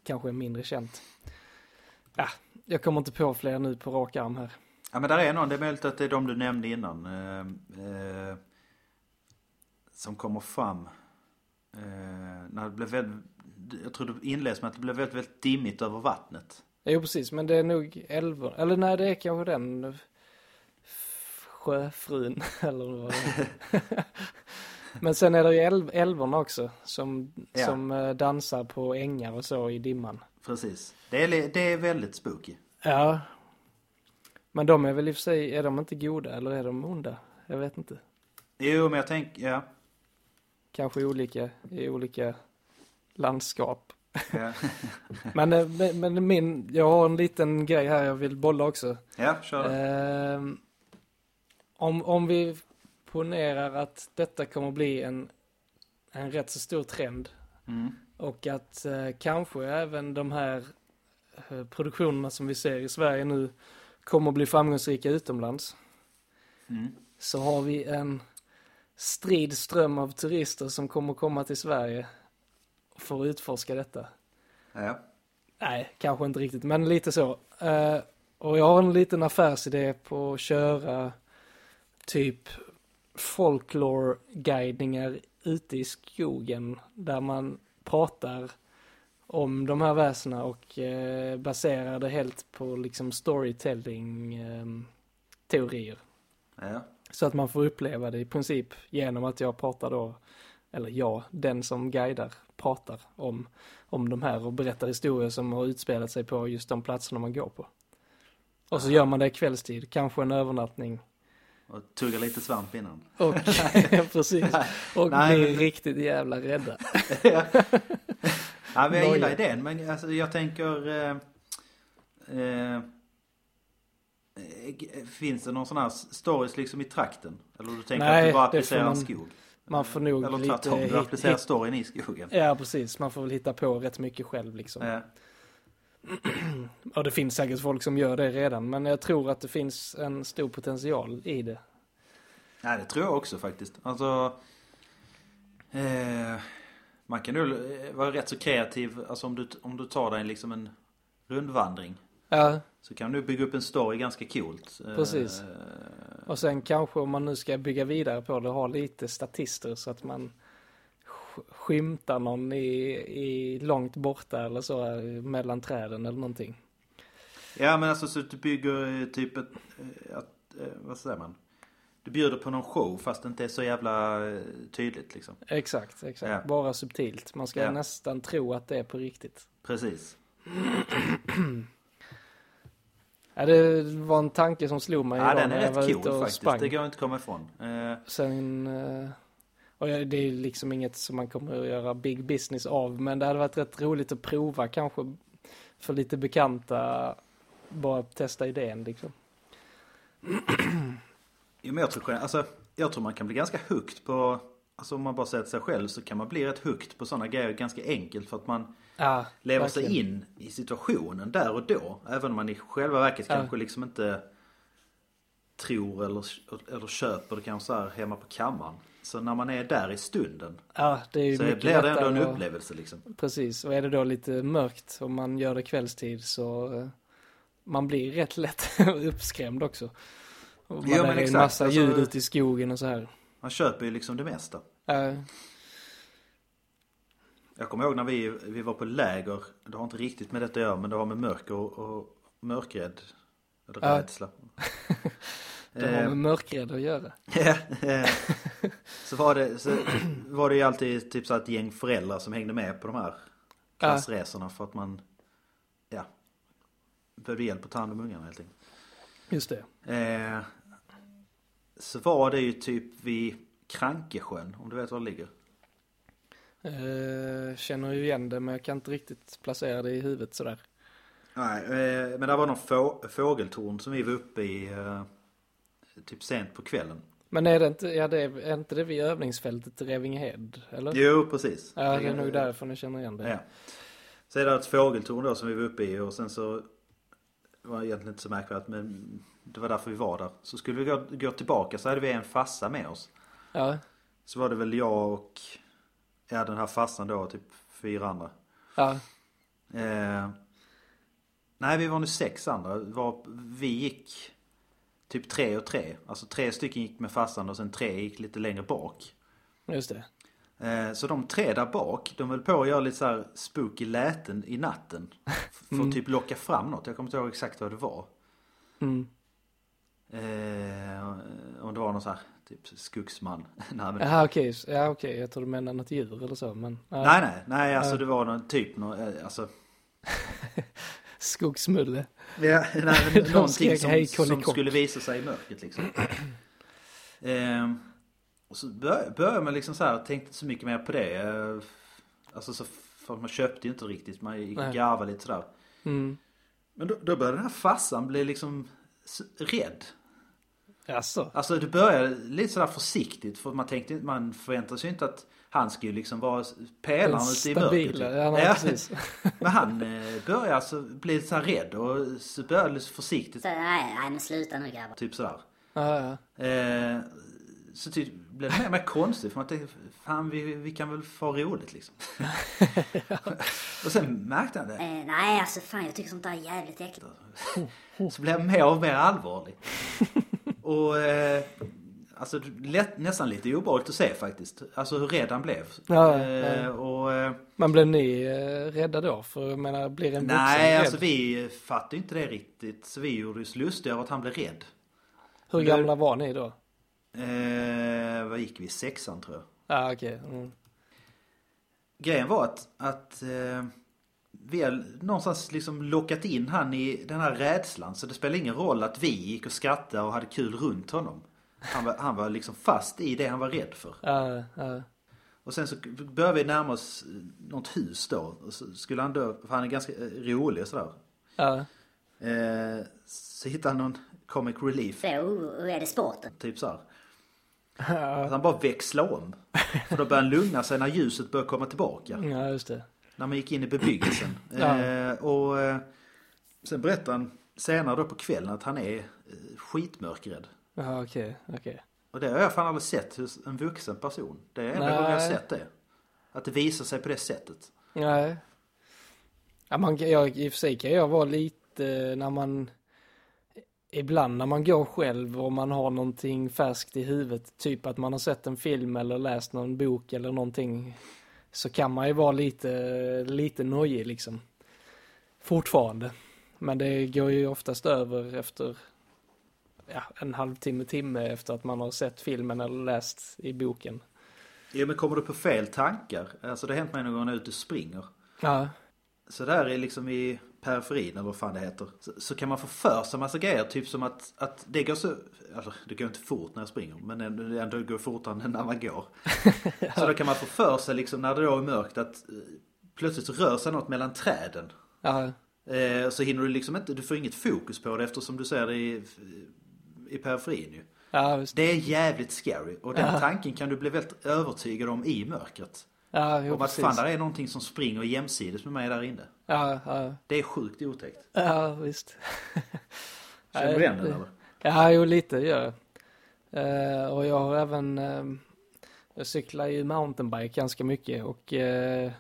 S1: kanske är mindre känt. Ja, jag kommer inte på fler nu på rak arm här.
S2: Ja men där är någon, det är möjligt att det är de du nämnde innan. Eh, eh, som kommer fram. Eh, när det blev väldigt, jag tror det inleds med att det blev väldigt, väldigt dimmigt över vattnet.
S1: Jo precis, men det är nog älvor, eller nej det är kanske den eh, f- sjöfrun [laughs] eller vad det är. Men sen är det ju älv, älvorna också som,
S2: Ja.
S1: som eh, dansar på ängar och så i dimman.
S2: Precis. Det är, li- det är väldigt spooky.
S1: Ja. Men de är väl i och för sig, är de inte goda eller är de onda? Jag vet inte.
S2: Jo men jag tänker, ja.
S1: Kanske olika i olika landskap.
S2: Ja,
S1: Men, eh, men, men min, jag har en liten grej här jag vill bolla också.
S2: ja kör då.
S1: Ehm, om, om vi ponerar att detta kommer bli en, en rätt så stor trend
S2: Mm.
S1: och att eh, kanske även de här eh, produktionerna som vi ser i Sverige nu kommer bli framgångsrika utomlands
S2: Mm.
S1: så har vi en strid ström av turister som kommer komma till Sverige för att utforska detta.
S2: Ja.
S1: Nej, kanske inte riktigt, men lite så. Eh, och jag har en liten affärsidé på att köra typ folklore-guidningar ute i skogen där man pratar om de här väsena och eh, baserar det helt på liksom ehm, storytelling-teorier.
S2: Ja.
S1: Så att man får uppleva det i princip genom att jag pratar då eller jag, den som guidar, pratar om, om de här och berättar historier som har utspelat sig på just de platserna man går på. Och så gör man det i kvällstid, kanske en övernattning.
S2: Och tugga lite svamp innan.
S1: [laughs] Och, precis. Och
S2: Nej,
S1: blir
S2: men-
S1: riktigt jävla rädda.
S2: Ja, men jag
S1: Noja.
S2: gillar idén, men alltså, jag tänker... Eh, eh, eh, finns det någon sån här stories liksom i trakten? Eller du tänker
S1: Nej,
S2: att du bara
S1: det får
S2: applicerar
S1: man
S2: en skog?
S1: Man får nog
S2: Eller
S1: lite
S2: tvärtom, du
S1: hit-
S2: applicerar
S1: hit-
S2: storyn i skogen?
S1: Ja, precis. Man får väl hitta på rätt mycket själv liksom.
S2: Eh,
S1: Och det finns säkert folk som gör det redan, men jag tror att det finns en stor potential i det.
S2: nej, det tror jag också faktiskt. Alltså... Eh, man kan nog eh, vara rätt så kreativ, alltså om du, om du tar dig liksom en rundvandring.
S1: Ja,
S2: Så kan du bygga upp en story ganska coolt. Eh,
S1: Precis. och sen kanske om man nu ska bygga vidare på det, ha lite statister så att man sk- skymtar någon i, i långt borta eller så, eh, mellan träden eller någonting.
S2: Ja men alltså så att du bygger eh, typ ett, eh, att, eh, vad säger man? Du bjuder på någon show fast det inte är så jävla eh, tydligt liksom.
S1: Exakt, exakt.
S2: Ja.
S1: Bara subtilt. Man ska
S2: Ja.
S1: nästan tro att det är på riktigt.
S2: Precis.
S1: Ja, det var en tanke som slog mig
S2: Ja
S1: idag
S2: den
S1: när
S2: är
S1: jag
S2: rätt
S1: var ute
S2: cool
S1: och
S2: faktiskt.
S1: sprang.
S2: Det går inte att komma ifrån. Eh,
S1: Sen, eh, och jag- det är liksom inget som man kommer att göra big business av, men det hade varit rätt roligt att prova kanske för lite bekanta, bara testa idén liksom.
S2: jo, men jag, tror, alltså, jag tror man kan bli ganska hooked på, alltså om man bara sätter sig själv så kan man bli rätt hooked på sådana grejer ganska enkelt för att man
S1: Ja,
S2: lever sig
S1: verkligen.
S2: in i situationen där och då. Även om man i själva verket
S1: Ja.
S2: kanske liksom inte tror eller, eller köper det kanske så här hemma på kammaren. Så när man är där i stunden
S1: Ja, det är ju
S2: så
S1: mycket
S2: blir det ändå en
S1: lättare att-
S2: upplevelse liksom.
S1: Precis, och är det då lite mörkt om man gör det kvällstid så eh, man blir rätt lätt [laughs] uppskrämd också. Och man
S2: Jo, men
S1: är en
S2: exakt,
S1: massa
S2: alltså-
S1: ljud ute i skogen och så här.
S2: Man köper ju liksom det mesta.
S1: Ja,
S2: Jag kommer ihåg när vi, vi var på läger, det har inte riktigt med detta att göra men det har med mörker och, och mörkrädd, eller
S1: Ja.
S2: rädsla.
S1: det har
S2: Eh,
S1: med mörkrädd att göra.
S2: Ja, eh, så, var det, så var det ju alltid typ så här ett gäng föräldrar som hängde med på de här klassresorna för att man ja, behövde hjälp att ta hand om ungarna helt enkelt.
S1: Just det.
S2: Eh, så var det ju typ vid Krankesjön, om du vet var det ligger.
S1: Eh, känner ju igen det men jag kan inte riktigt placera det i huvudet sådär.
S2: Nej, eh, men där var någon få, fågeltorn som vi var uppe i eh, typ sent på kvällen.
S1: Men är det inte, ja, det är, är inte det vid övningsfältet i Revingehed? Eller?
S2: Jo, precis.
S1: Ja, det är nog därför ni känner igen det.
S2: Ja. Eh, Så är det ett fågeltorn då som vi var uppe i och sen så det var egentligen inte så märkvärdigt men det var därför vi var där. Så skulle vi gå, gå tillbaka så hade vi en fassa med oss.
S1: Ja,
S2: Så var det väl jag och ja, den här fassan då och typ fyra andra.
S1: ja,
S2: Eh, nej, vi var nu sex andra. Det Var, vi gick typ tre och tre. Alltså tre stycken gick med fassan och sen tre gick lite längre bak.
S1: just det.
S2: Eh, Så de tre där bak, de höll på att göra lite så här spooky läten i
S1: [laughs]
S2: natten. För att typ locka fram något. Jag kommer inte ihåg exakt vad det var.
S1: Mm.
S2: Eh, om det var någon så här typ skogsman. [laughs] nej, men,
S1: Jaha, okej. Ja, okej. Jag tror du menar något djur eller så, men... ja.
S2: nej, nej, nej, alltså det var någon typ, någon, eh, alltså.
S1: Skogsmulle.
S2: Ja, nej, men
S1: De
S2: [laughs] någonting
S1: skrek, "Hej,
S2: som, som
S1: kollekock."
S2: skulle visa sig i mörkret liksom. Ehm, och så bör- började man liksom så här, tänkte inte så mycket mer på det. Eh, Alltså så, för man köpte ju inte riktigt, man gick och
S1: Nej.
S2: garvade lite sådär.
S1: Mm.
S2: Men då, då började den här farsan bli liksom s- rädd.
S1: Jaså?
S2: Alltså det började lite sådär försiktigt för man tänkte man förväntar sig inte att han skulle liksom vara s- pelaren ute i mörkret. typ.
S1: Stabila. Ja, nej, precis.
S2: [laughs] Men han eh, började alltså bli lite såhär rädd och så började det lite försiktigt
S7: Så, nej, nej men sluta nu grabbar.
S2: typ sådär.
S1: Ja, ja.
S2: Eh, så typ blev det mer och mer konstigt för man tänkte fan vi, vi kan väl få
S1: [laughs]
S2: roligt liksom. och sen märkte han det.
S7: Eh, nej alltså fan jag tycker sånt där är jävligt äckligt.
S2: Så blev jag mer och mer allvarlig. och eh, alltså, lätt, nästan lite obehagligt att se faktiskt. Alltså hur rädd han blev.
S1: Ja,
S2: eh, och, eh,
S1: Men blev ni eh, rädda då? För jag menar, blir en vuxen
S2: nej,
S1: rädd?
S2: alltså vi fattade ju inte det riktigt. Så vi gjorde oss lustiga över att han blev rädd.
S1: Hur gamla var ni då?
S2: Eh, vad gick vi? Sexan tror jag.
S1: Ja, okej. Mm.
S2: Grejen var att, att eh, vi har någonstans liksom lockat in han i den här rädslan. Så det spelade ingen roll att vi gick och skrattade och hade kul runt honom. Han var, han var liksom fast i det han var rädd för.
S1: Ja, ja.
S2: Och sen så började vi närma oss eh, något hus då. Och så skulle han då, för han är ganska eh, rolig och sådär.
S1: Ja.
S2: Eh, så hittade han någon comic relief,
S7: Så, oh, oh, är det sporten?
S2: typ såhär. Att han bara växlade om. För då började han lugna sig när ljuset började komma tillbaka.
S1: Ja, just det.
S2: När man gick in i bebyggelsen.
S1: [clears throat] Ja.
S2: eh, och eh, sen berättade han senare då på kvällen att han är eh, skitmörkrädd.
S1: Ja, okej, okej.
S2: Och det har jag fan aldrig sett hos en vuxen person. Det är enda
S1: Nej.
S2: gången jag har sett det. Att det visar sig på det sättet.
S1: Nej. Ja, man, kan- jag, I och för sig kan jag vara lite eh, när man ibland när man går själv och man har någonting färskt i huvudet, typ att man har sett en film eller läst någon bok eller någonting, så kan man ju vara lite, lite nojig liksom. Fortfarande. Men det går ju oftast över efter ja, en halvtimme, timme efter att man har sett filmen eller läst i boken.
S2: Jo men kommer du på fel tankar? Alltså det har hänt mig någon gång när jag är ute och springer.
S1: Ja,
S2: Så där är liksom i periferin eller vad fan det heter. Så, så kan man få för sig massa grejer. Typ som att, att det går så, alltså det går inte fort när jag springer. Men ändå- det ändå går fortare än när
S1: [laughs]
S2: man går. Så då kan man få för sig liksom när det då är mörkt att eh, plötsligt så rör sig något mellan träden.
S1: ja,
S2: Eh, så hinner du liksom inte, du får inget fokus på det eftersom du ser det i, i periferin ju.
S1: ja, visst.
S2: Det är jävligt scary och den tanken kan du bli väldigt övertygad om i mörkret.
S1: Ja, jo,
S2: Om att
S1: precis.
S2: fan, där är någonting som springer jämsides med mig där inne.
S1: Ja, ja,
S2: Det är sjukt otäckt.
S1: ja visst.
S2: [laughs] Känner du igen den eller?
S1: Ja, jo lite gör jag. Eh, och jag har även, eh, jag cyklar ju mountainbike ganska mycket och eh,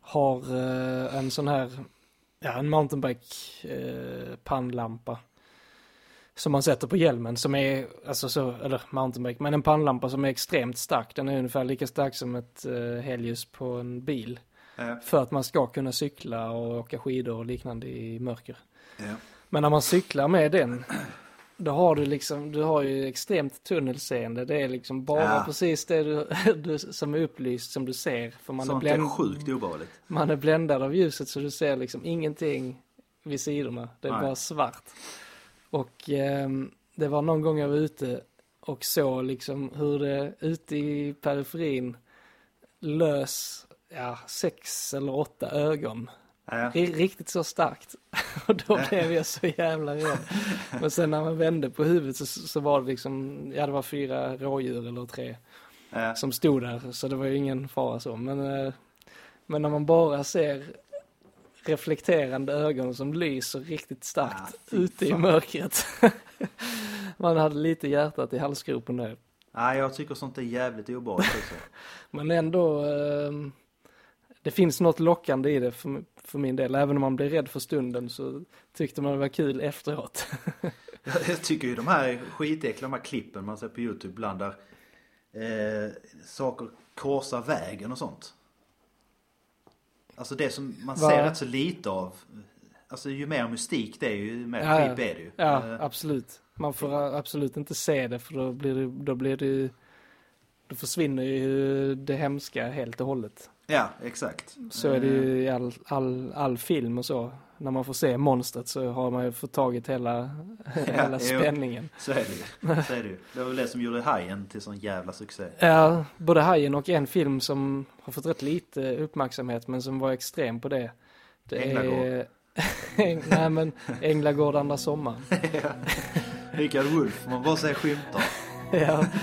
S1: har eh, en sån här, ja en mountainbike eh, pannlampa. Som man sätter på hjälmen som är, alltså så, eller mountainbike, men en pannlampa som är extremt stark. Den är ungefär lika stark som ett eh, helljus på en bil.
S2: Ja.
S1: För att man ska kunna cykla och åka skidor och liknande i mörker.
S2: Ja.
S1: Men när man cyklar med den, då har du liksom, du har ju extremt tunnelseende. Det är liksom bara
S2: Ja.
S1: precis det du, [laughs] du, som är upplyst som du ser. För man är,
S2: Sånt är
S1: bländ,
S2: sjukt obehagligt.
S1: man är bländad av ljuset så du ser liksom ingenting vid sidorna. Det är
S2: Nej.
S1: bara svart. Och ehm, det var någon gång jag var ute och såg liksom hur det ute i periferin lös, ja, sex eller åtta ögon.
S2: Ja.
S1: Det är riktigt så starkt. [laughs] Och då blev jag så jävla rädd. Men sen när man vände på huvudet så, så var det liksom, ja det var fyra rådjur eller tre
S2: Ja.
S1: som stod där. Så det var ju ingen fara så. Men, eh, men när man bara ser reflekterande ögon som lyser riktigt starkt
S2: Ah, fy
S1: ute i
S2: fan.
S1: mörkret. [laughs] man hade lite hjärtat i halsgropen där.
S2: Ja, jag tycker sånt är jävligt obehagligt också. [laughs]
S1: Men ändå, eh, det finns något lockande i det för, för min del. Även om man blir rädd för stunden så tyckte man det var kul efteråt.
S2: Jag- Jag tycker ju de här skitäckliga, de här klippen man ser på YouTube ibland där eh, saker korsar vägen och sånt. Alltså det som man
S1: Va?
S2: ser rätt så lite av. Alltså ju mer mystik det är ju mer
S1: Ja, ja.
S2: creep är det ju.
S1: ja,
S2: Eh,
S1: absolut. Man får eh, absolut inte se det för då blir det, då blir det ju- då försvinner ju det hemska helt och hållet.
S2: ja, exakt.
S1: Så är det ju i all, all, all film och så. När man får se monstret så har man ju förtagit hela, [laughs] hela
S2: jo.
S1: spänningen.
S2: Så är det ju. Så är det ju. Det var väl det som gjorde Hajen till sån jävla succé.
S1: Ja, både Hajen och en film som har fått rätt lite uppmärksamhet men som var extrem på det. det [laughs]
S2: Änglagård.
S1: Är... Nej men Änglagård andra sommaren.
S2: Richard Wolff, man bara ser skymtar.
S1: ja. [laughs]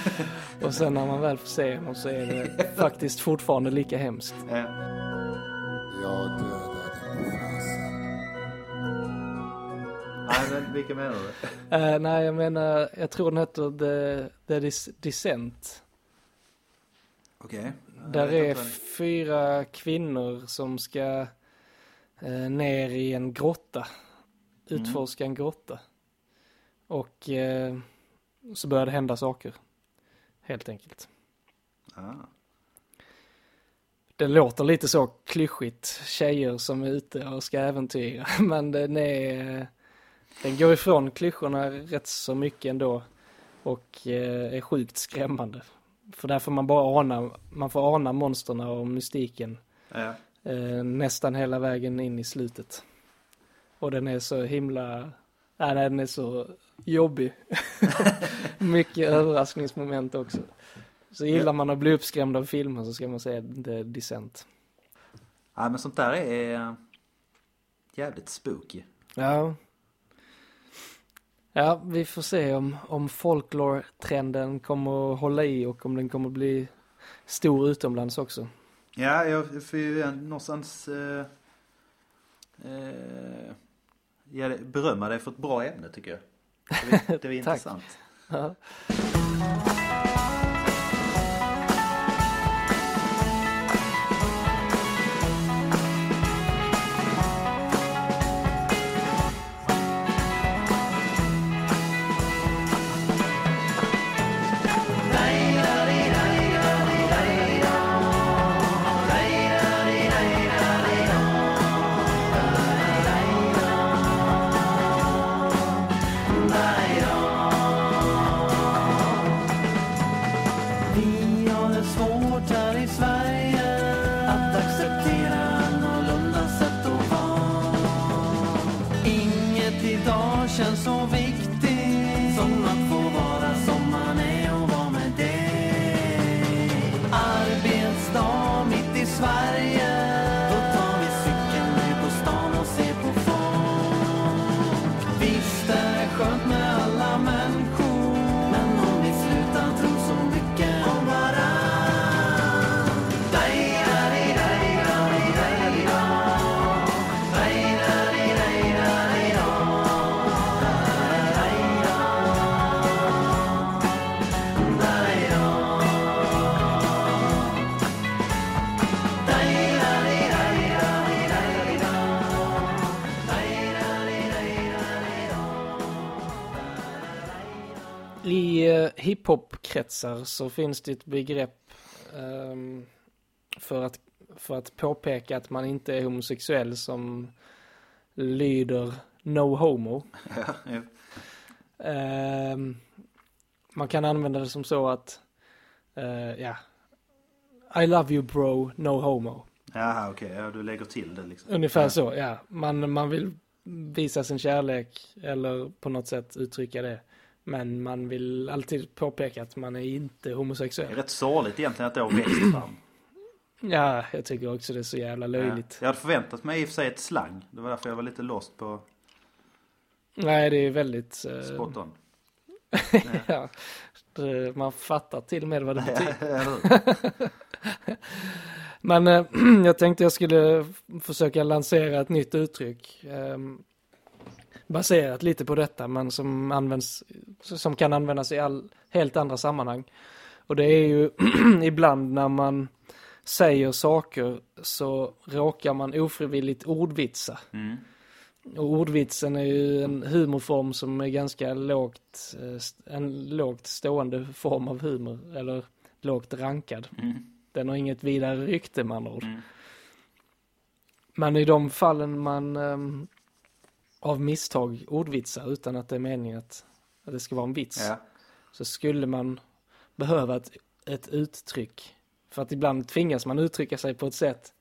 S1: Och sen när man väl får se honom så är det faktiskt fortfarande lika hemskt.
S2: Eh,
S8: Jag dödade Mufasa.
S2: Nej men vilka menar du?
S1: Eh, nej jag menar, jag tror den heter The, The Dis- Descent.
S2: Okej.
S1: Där
S2: Eh, Jag vet
S1: är
S2: inte vad det-
S1: fyra kvinnor som ska eh, ner i en grotta.
S2: Mm.
S1: Utforska en grotta. Och eh, så börjar det hända saker. Helt enkelt.
S2: Ah.
S1: Det låter lite så klyschigt. Tjejer som är ute och ska äventyra. [laughs] Men den är... Den går ifrån klyschorna rätt så mycket ändå. Och eh, är sjukt skrämmande. För där får man bara ana, man får ana monsterna och mystiken.
S2: Ja.
S1: eh, nästan hela vägen in i slutet. Och den är så himla, äh, nej, den är så jobbig. [laughs] Mycket överraskningsmoment också. Så gillar man att bli uppskrämd av filmer så ska man säga The Descent.
S2: ja, men sånt där är eh, jävligt spooky.
S1: Ja. Ja, vi får se om, om folklore-trenden kommer att hålla i och om den kommer att bli stor utomlands också.
S2: Ja, jag får ju en- någonstans eh, eh, ge dig- berömma dig för ett bra ämne tycker jag.
S1: [laughs]
S2: Det var, det var intressant.
S1: Ja.
S9: Vi har det svårt här i Sverige att acceptera annorlunda sätt att vara. Inget idag känns så viktigt som att få vara som man är och vara med dig. Arbetsdag mitt i Sverige, då tar vi cykeln ner på stan och ser på folk. Visst är det skönt med alla människor, men om vi slutar tro så mycket om varann. Daj-daj-daj-daj-daj-daj.
S1: I uh, hiphop-kretsar så finns det ett begrepp ehm, för, att, för att påpeka att man inte är homosexuell som lyder no homo.
S2: ja.
S1: Ehm, man kan använda det som så att, eh, ja, I love you bro, no homo.
S2: Jaha, okej. Ja, du lägger till det liksom.
S1: Ungefär
S2: ja.
S1: så, ja. Man, man vill visa sin kärlek eller på något sätt uttrycka det. Men man vill alltid påpeka att man är inte homosexuell.
S2: Det är rätt sorgligt egentligen att det har växt fram.
S1: Ja, jag tycker också det är så jävla löjligt.
S2: Jag hade förväntat mig i och för sig ett slang. Det var därför jag var lite lost på
S1: Nej, det är väldigt... eh, [laughs]
S2: spot on.
S1: ja, det, man fattar till och med vad det betyder.
S2: Eller hur?
S1: [laughs] Men eh, [clears throat] jag tänkte jag skulle f- försöka lansera ett nytt uttryck. eh, baserat lite på detta, men som, används, som kan användas i all, helt andra sammanhang. Och det är ju [clears throat] ibland när man säger saker så råkar man ofrivilligt ordvitsa.
S2: Mm.
S1: Och ordvitsen är ju en humorform som är ganska lågt, eh, st- en lågt stående form av humor, eller lågt rankad.
S2: Mm.
S1: Den har inget vidare rykte med andra ord. Men i de fallen man ehm, av misstag ordvitsar utan att det är meningen att, att det ska vara en vits
S2: Ja. Alltså,
S1: så skulle man behöva ett, ett uttryck. För att ibland tvingas man uttrycka sig på ett sätt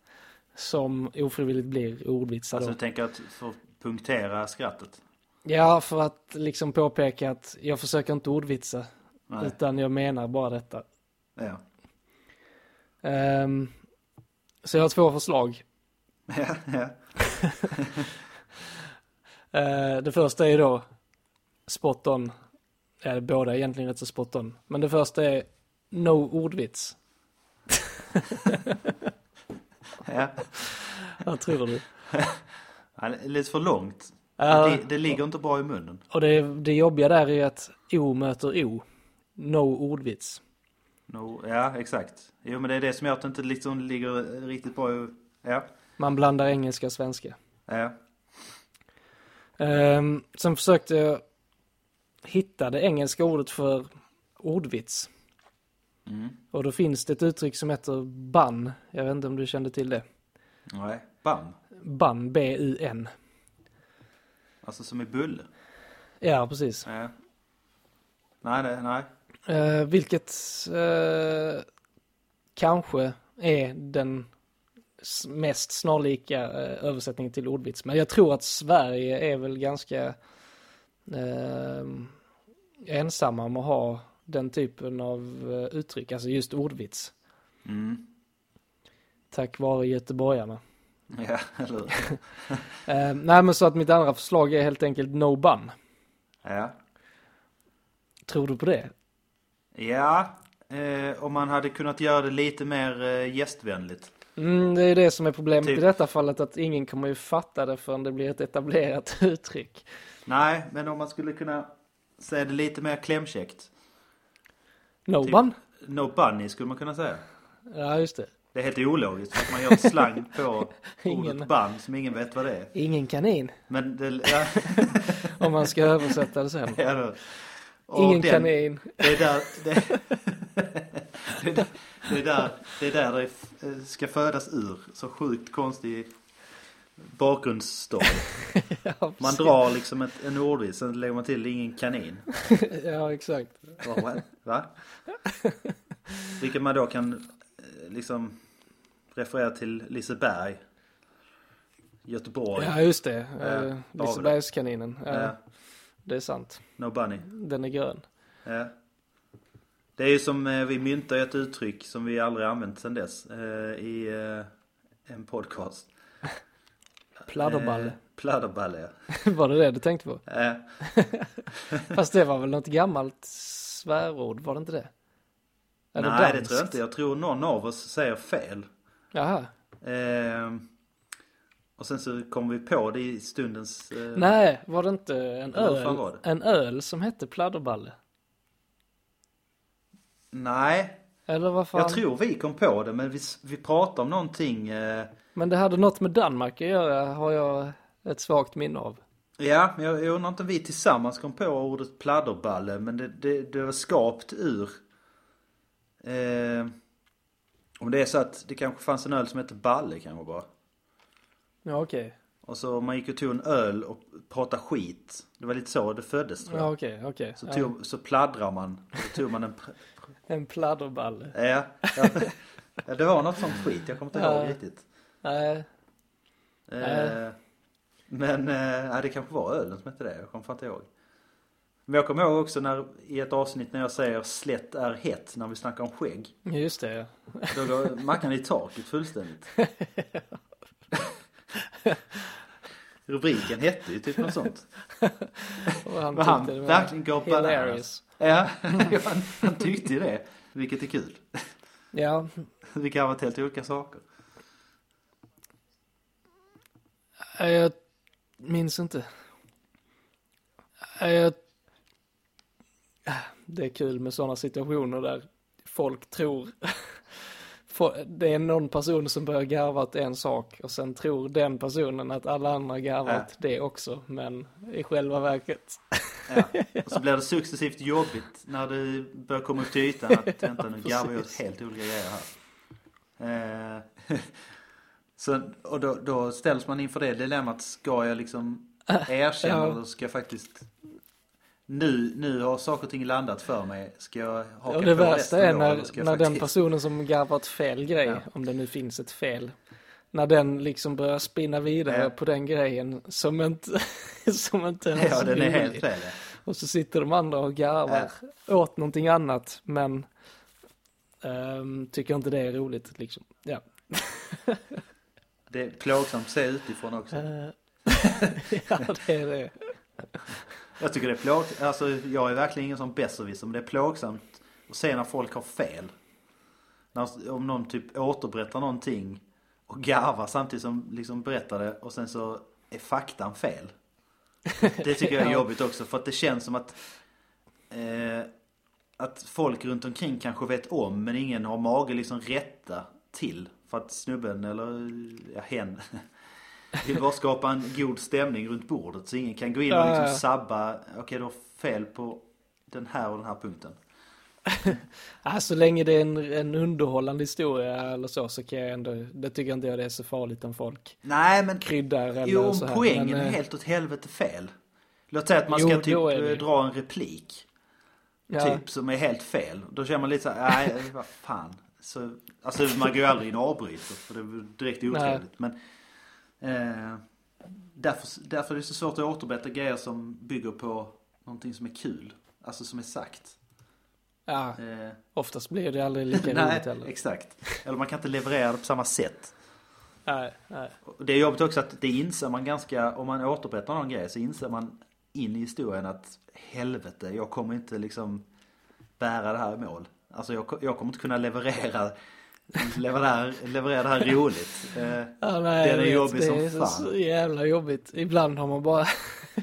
S1: som ofrivilligt blir ordvitsar då.
S2: Alltså du tänker att för att punktera skrattet?
S1: Ja, för att liksom påpeka att jag försöker inte ordvitsa,
S2: Nej.
S1: utan jag menar bara detta.
S2: Ja.
S1: Ehm, så jag har två förslag.
S2: [laughs] Ja, ja.
S1: [laughs] Eh, det första är då spot on. Ja, båda är egentligen rätt så spot on. Men det första är no ordvits.
S2: ja.
S1: Vad tror du?
S2: Ja, det är Lite för långt.
S1: Ja.
S2: Det, det ligger inte bra i munnen.
S1: Och det, det jobbiga där är att O möter O. No ordvits.
S2: No, ja, exakt. Jo, men det är det som gör att det inte liksom ligger riktigt bra i... Ja.
S1: Man blandar engelska och svenska.
S2: ja.
S1: Ehm, sen försökte jag hitta det engelska ordet för ordvits. Och då finns det ett uttryck som heter ban. Jag vet inte om du kände till det.
S2: Nej. Bam.
S1: Ban, B-U-N.
S2: Alltså som i bulle.
S1: Ja, precis.
S2: Ja. Nej, nej, nej.
S1: Eh, vilket eh, kanske är den s- mest snarlika eh, översättningen till ordvits. Men jag tror att Sverige är väl ganska eh, ensamma om att ha den typen av eh, uttryck, alltså just ordvits.
S2: Mm.
S1: Tack vare göteborgarna.
S2: Ja, eller hur?
S1: Eh, nej men så att mitt andra förslag är helt enkelt no bun.
S2: Ja.
S1: Tror du på det?
S2: Ja, eh, om man hade kunnat göra det lite mer eh, gästvänligt.
S1: Mm, det är det som är problemet
S2: Typ.
S1: i detta fallet, att ingen kommer ju fatta det förrän det blir ett etablerat [laughs] uttryck.
S2: Nej, men om man skulle kunna säga det lite mer klämkäckt.
S1: No
S2: Typ.
S1: bun?
S2: No bunny skulle man kunna säga.
S1: Ja, just det.
S2: Det är helt ologiskt för att man gör slang på
S1: [laughs] Ingen.
S2: ordet band som ingen vet vad det är.
S1: Ingen kanin,
S2: Men det, ja, [laughs]
S1: om man ska översätta det sen.
S2: ja, då. [laughs] Och
S1: Ingen
S2: den-
S1: kanin.
S2: Det är där
S1: [laughs]
S2: det, det, är där- det, är där, det, är där det eh, ska födas ur. Så sjukt konstig bakgrundsstory.
S1: [laughs] Ja,
S2: Man drar liksom ett, en ordvits, sen lägger man till ingen kanin.
S1: precis. ja, exakt.
S2: Va, va? Va? Vilket man då kan eh, liksom referera till Liseberg. Göteborg.
S1: Ja, just det.
S2: Ja, har vi
S1: Eh,
S2: det.
S1: Lisebergskaninen. Ja,
S2: Ja,
S1: Det är sant.
S2: no bunny.
S1: Den är grön.
S2: Ja. Det är ju som eh, vi myntar ett uttryck som vi aldrig använt sedan dess eh, i eh, en podcast.
S1: Pladderballe.
S2: Eh, Pladderballe,
S1: [laughs] Var det det du tänkte på?
S2: Eh. ja. Eh,
S1: Fast det var väl något gammalt svärord, var det inte det? Eller
S2: nej, det
S1: danskt?
S2: tror jag inte. Jag tror någon av oss säger fel.
S1: Jaha.
S2: Eh, och sen så kom vi på det i stundens... Eh,
S1: Nej, var det inte en
S2: Eller vad fan var
S1: öl,
S2: det?
S1: en öl som hette pladderballe?
S2: nej.
S1: Eller vad fan?
S2: Jag tror vi kom på det, men vi, s- vi pratade om någonting. Eh,
S1: Men det hade något med Danmark att göra, har jag ett svagt minne av.
S2: ja, men jag, jag undrar inte om vi tillsammans kom på ordet pladderballe, men det, det, det var skapt ur... Eh, om det är så att det kanske fanns en öl som hette Balle kanske bara.
S1: Ja, okej.
S2: Och så man gick och tog en öl och pratade skit. Det var lite så det föddes tror jag.
S1: Ja, okej, okej.
S2: Så,
S1: Ja.
S2: tog, så pladdrar man. Och så tog man en... pr- [laughs]
S1: En pladderballe.
S2: Ja, ja, ja, det var något sånt skit. Jag kommer inte
S1: Ja.
S2: ihåg riktigt.
S1: Nej,
S2: Eh, men eh, ja, det kanske var ölen som hette det. Jag kommer fan inte ihåg. Men jag kommer ihåg också när, i ett avsnitt när jag säger slätt är hett när vi snackar om skägg.
S1: just det. ja.
S2: Då går mackan i taket fullständigt. Rubriken hette ju typ något sånt.
S1: Och han
S2: Men han
S1: tyckte det var
S2: verkligen går bananas.
S1: hilarious.
S2: Ja, han, [laughs] han tyckte ju det. Vilket är kul.
S1: Ja,
S2: Vi kan ha varit helt olika saker.
S1: nej, jag minns inte. Nej, Jag... Det är kul med sådana situationer där folk tror... Fo- Det är någon person som börjar garva åt en sak och sen tror den personen att alla andra garvar
S2: Ja.
S1: åt det också. Men i själva verket
S2: Ja. Och så blir det successivt jobbigt när det börjar komma upp till ytan att
S1: [laughs]
S2: vänta nu garvar jag åt
S1: precis.
S2: helt olika grejer här. Eh, [laughs] så, och då, då ställs man inför det dilemmat, ska jag liksom
S1: [laughs]
S2: erkänna
S1: Ja.
S2: eller ska jag faktiskt nu, nu har saker och ting landat för mig. Ska jag haka
S1: Ja,
S2: på
S1: det värsta
S2: resten
S1: är
S2: då,
S1: när,
S2: eller ska jag
S1: när den
S2: faktiskt-
S1: personen som garvat fel grej,
S2: Ja.
S1: om det nu finns ett fel, när den liksom börjar spinna vidare
S2: Ja.
S1: på den grejen som inte, [laughs] som inte ens
S2: [laughs] Ja, den är
S1: rolig.
S2: helt fel. ja.
S1: Och så sitter de andra och garvar åt någonting annat, men ehm, tycker inte det är roligt liksom. Ja. [laughs]
S2: Det är plågsamt att se utifrån också.
S1: Eh, ja, det är det.
S2: Jag tycker det är plågsamt. Alltså, jag är verkligen ingen sån besserwisser, men det är plågsamt att se när folk har fel. När, om någon typ återberättar någonting och garvar samtidigt som liksom berättar det och sen så är faktan fel. Det tycker jag
S1: [laughs]
S2: är
S1: Ja.
S2: jobbigt också för att det känns som att eh, att folk runt omkring kanske vet om men ingen har mage liksom rätta till för att snubben eller ja, hen [laughs] vill bara skapa en god stämning runt bordet så ingen kan gå in och
S1: Ja,
S2: liksom
S1: ja.
S2: sabba, okej du har fel på den här och den här punkten.
S1: Ah, så länge det är en, en underhållande historia eller så, så kan jag ändå, det tycker inte jag det är så farligt om folk
S2: Nej men
S1: kryddar eller
S2: Jo,
S1: så
S2: om
S1: här.
S2: poängen
S1: men,
S2: är
S1: eh,
S2: helt åt helvete fel. Låt säga att man
S1: Jo,
S2: ska
S1: då är
S2: typ
S1: det.
S2: eh, dra en replik.
S1: ja. [laughs]
S2: Typ som är helt fel. Då känner man lite så här, nej vad fan. Så, alltså man går ju aldrig in och avbryter för det är direkt otrevligt. Men eh, därför, därför är det så svårt att återberätta grejer som bygger på någonting som är kul. Alltså som är sagt.
S1: Ja,
S2: Eh,
S1: oftast blir det aldrig lika
S2: [laughs] nej,
S1: roligt heller.
S2: exakt. Eller man kan inte leverera det på samma sätt.
S1: Nej, nej.
S2: Och Det är jobbigt också att det inser man ganska, om man återberättar någon grej så inser man in i historien att helvete, jag kommer inte liksom bära det här i mål. Alltså jag, ko- jag kommer inte kunna leverera, leverera, leverera det här roligt. Eh,
S1: Ja, nej,
S2: Den är
S1: jag vet.
S2: jobbig som
S1: det är så-
S2: fan.
S1: så jävla jobbigt. Ibland har man bara,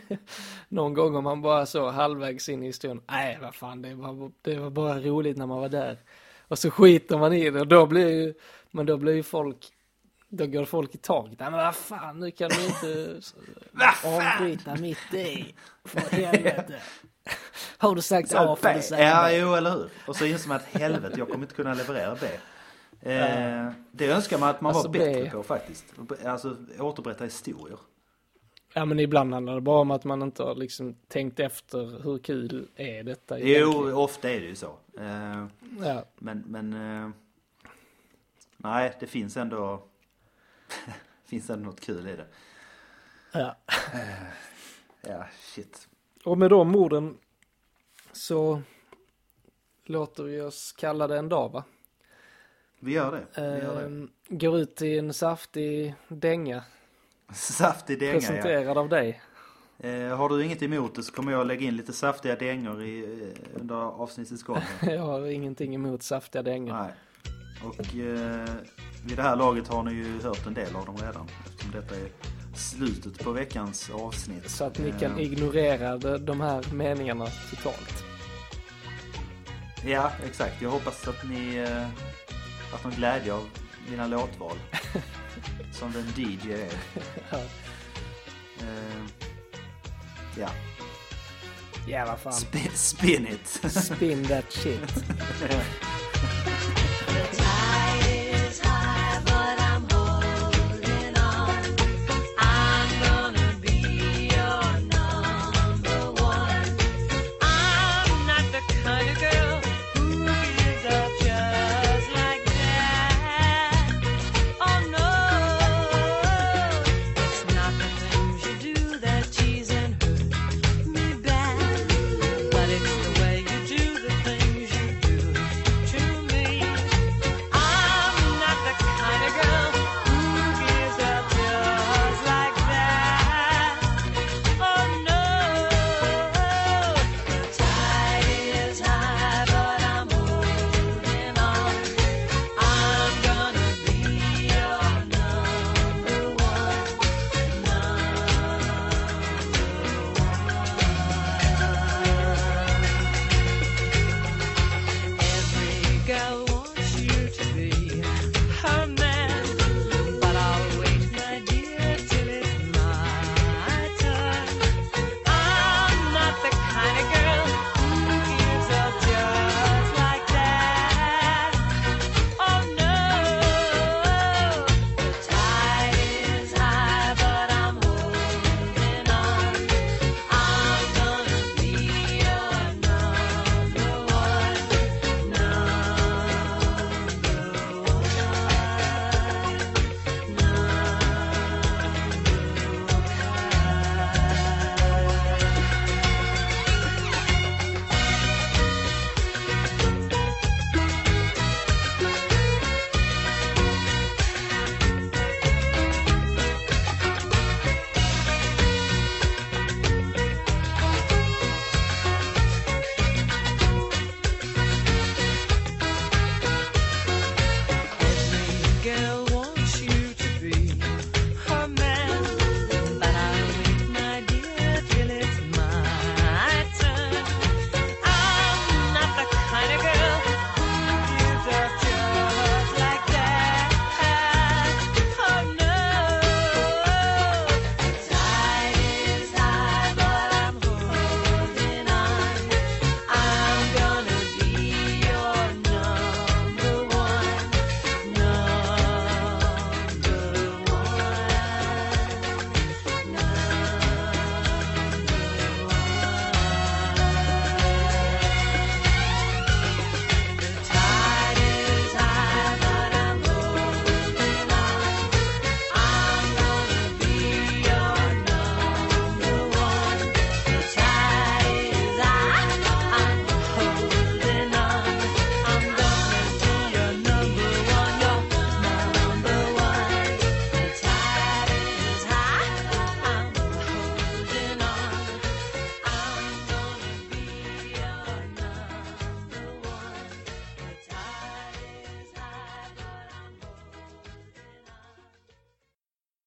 S1: [laughs] någon gång har man bara så halvvägs in i historien, nej vad fan det var, det var bara roligt när man var där. Och så skiter man i det och då blir ju, men då blir ju folk, då går folk i taget, nej men vad fan nu kan du
S2: [laughs]
S1: inte avbryta mitt i, för
S2: [laughs]
S1: helvete. Har du sagt A får du säga
S2: ja,
S1: B.
S2: jo, eller hur? Och så inser man att helvete, jag kommer inte kunna leverera B. Eh, det önskar man att man
S1: Alltså,
S2: var
S1: B.
S2: bättre på faktiskt. Alltså återberätta historier.
S1: Ja men ibland handlar det bara om att man inte har liksom tänkt efter hur kul är detta
S2: Jo, ofta är det ju så. Eh,
S1: Ja.
S2: Men, men... eh, Nej, det finns ändå... [laughs] finns ändå något kul i det.
S1: ja.
S2: Ja, shit.
S1: Och med de orden så låter vi oss kalla det en dag va?
S2: Vi gör det. Vi gör det.
S1: Ehm, går ut i en saftig dänga
S2: Saftig dänga, ja.
S1: presenterad av dig. [laughs]
S2: Eh, Har du inget emot det så kommer jag lägga in lite saftiga dängor i, eh, under avsnittets gång. här.
S1: Jag har ingenting emot saftiga dängor.
S2: Nej. Och eh, vid det här laget har ni ju hört en del av dem redan. Eftersom detta är slutet på veckans avsnitt.
S1: Så att ni
S2: Eh,
S1: kan ignorera de- de här meningarna totalt.
S2: Ja, exakt. Jag hoppas att ni eh, att någon glädje av mina låtval. Som den DJ är. Eh, Ja,
S1: Ja vad fan.
S2: Sp- spin it!
S1: Spin that shit.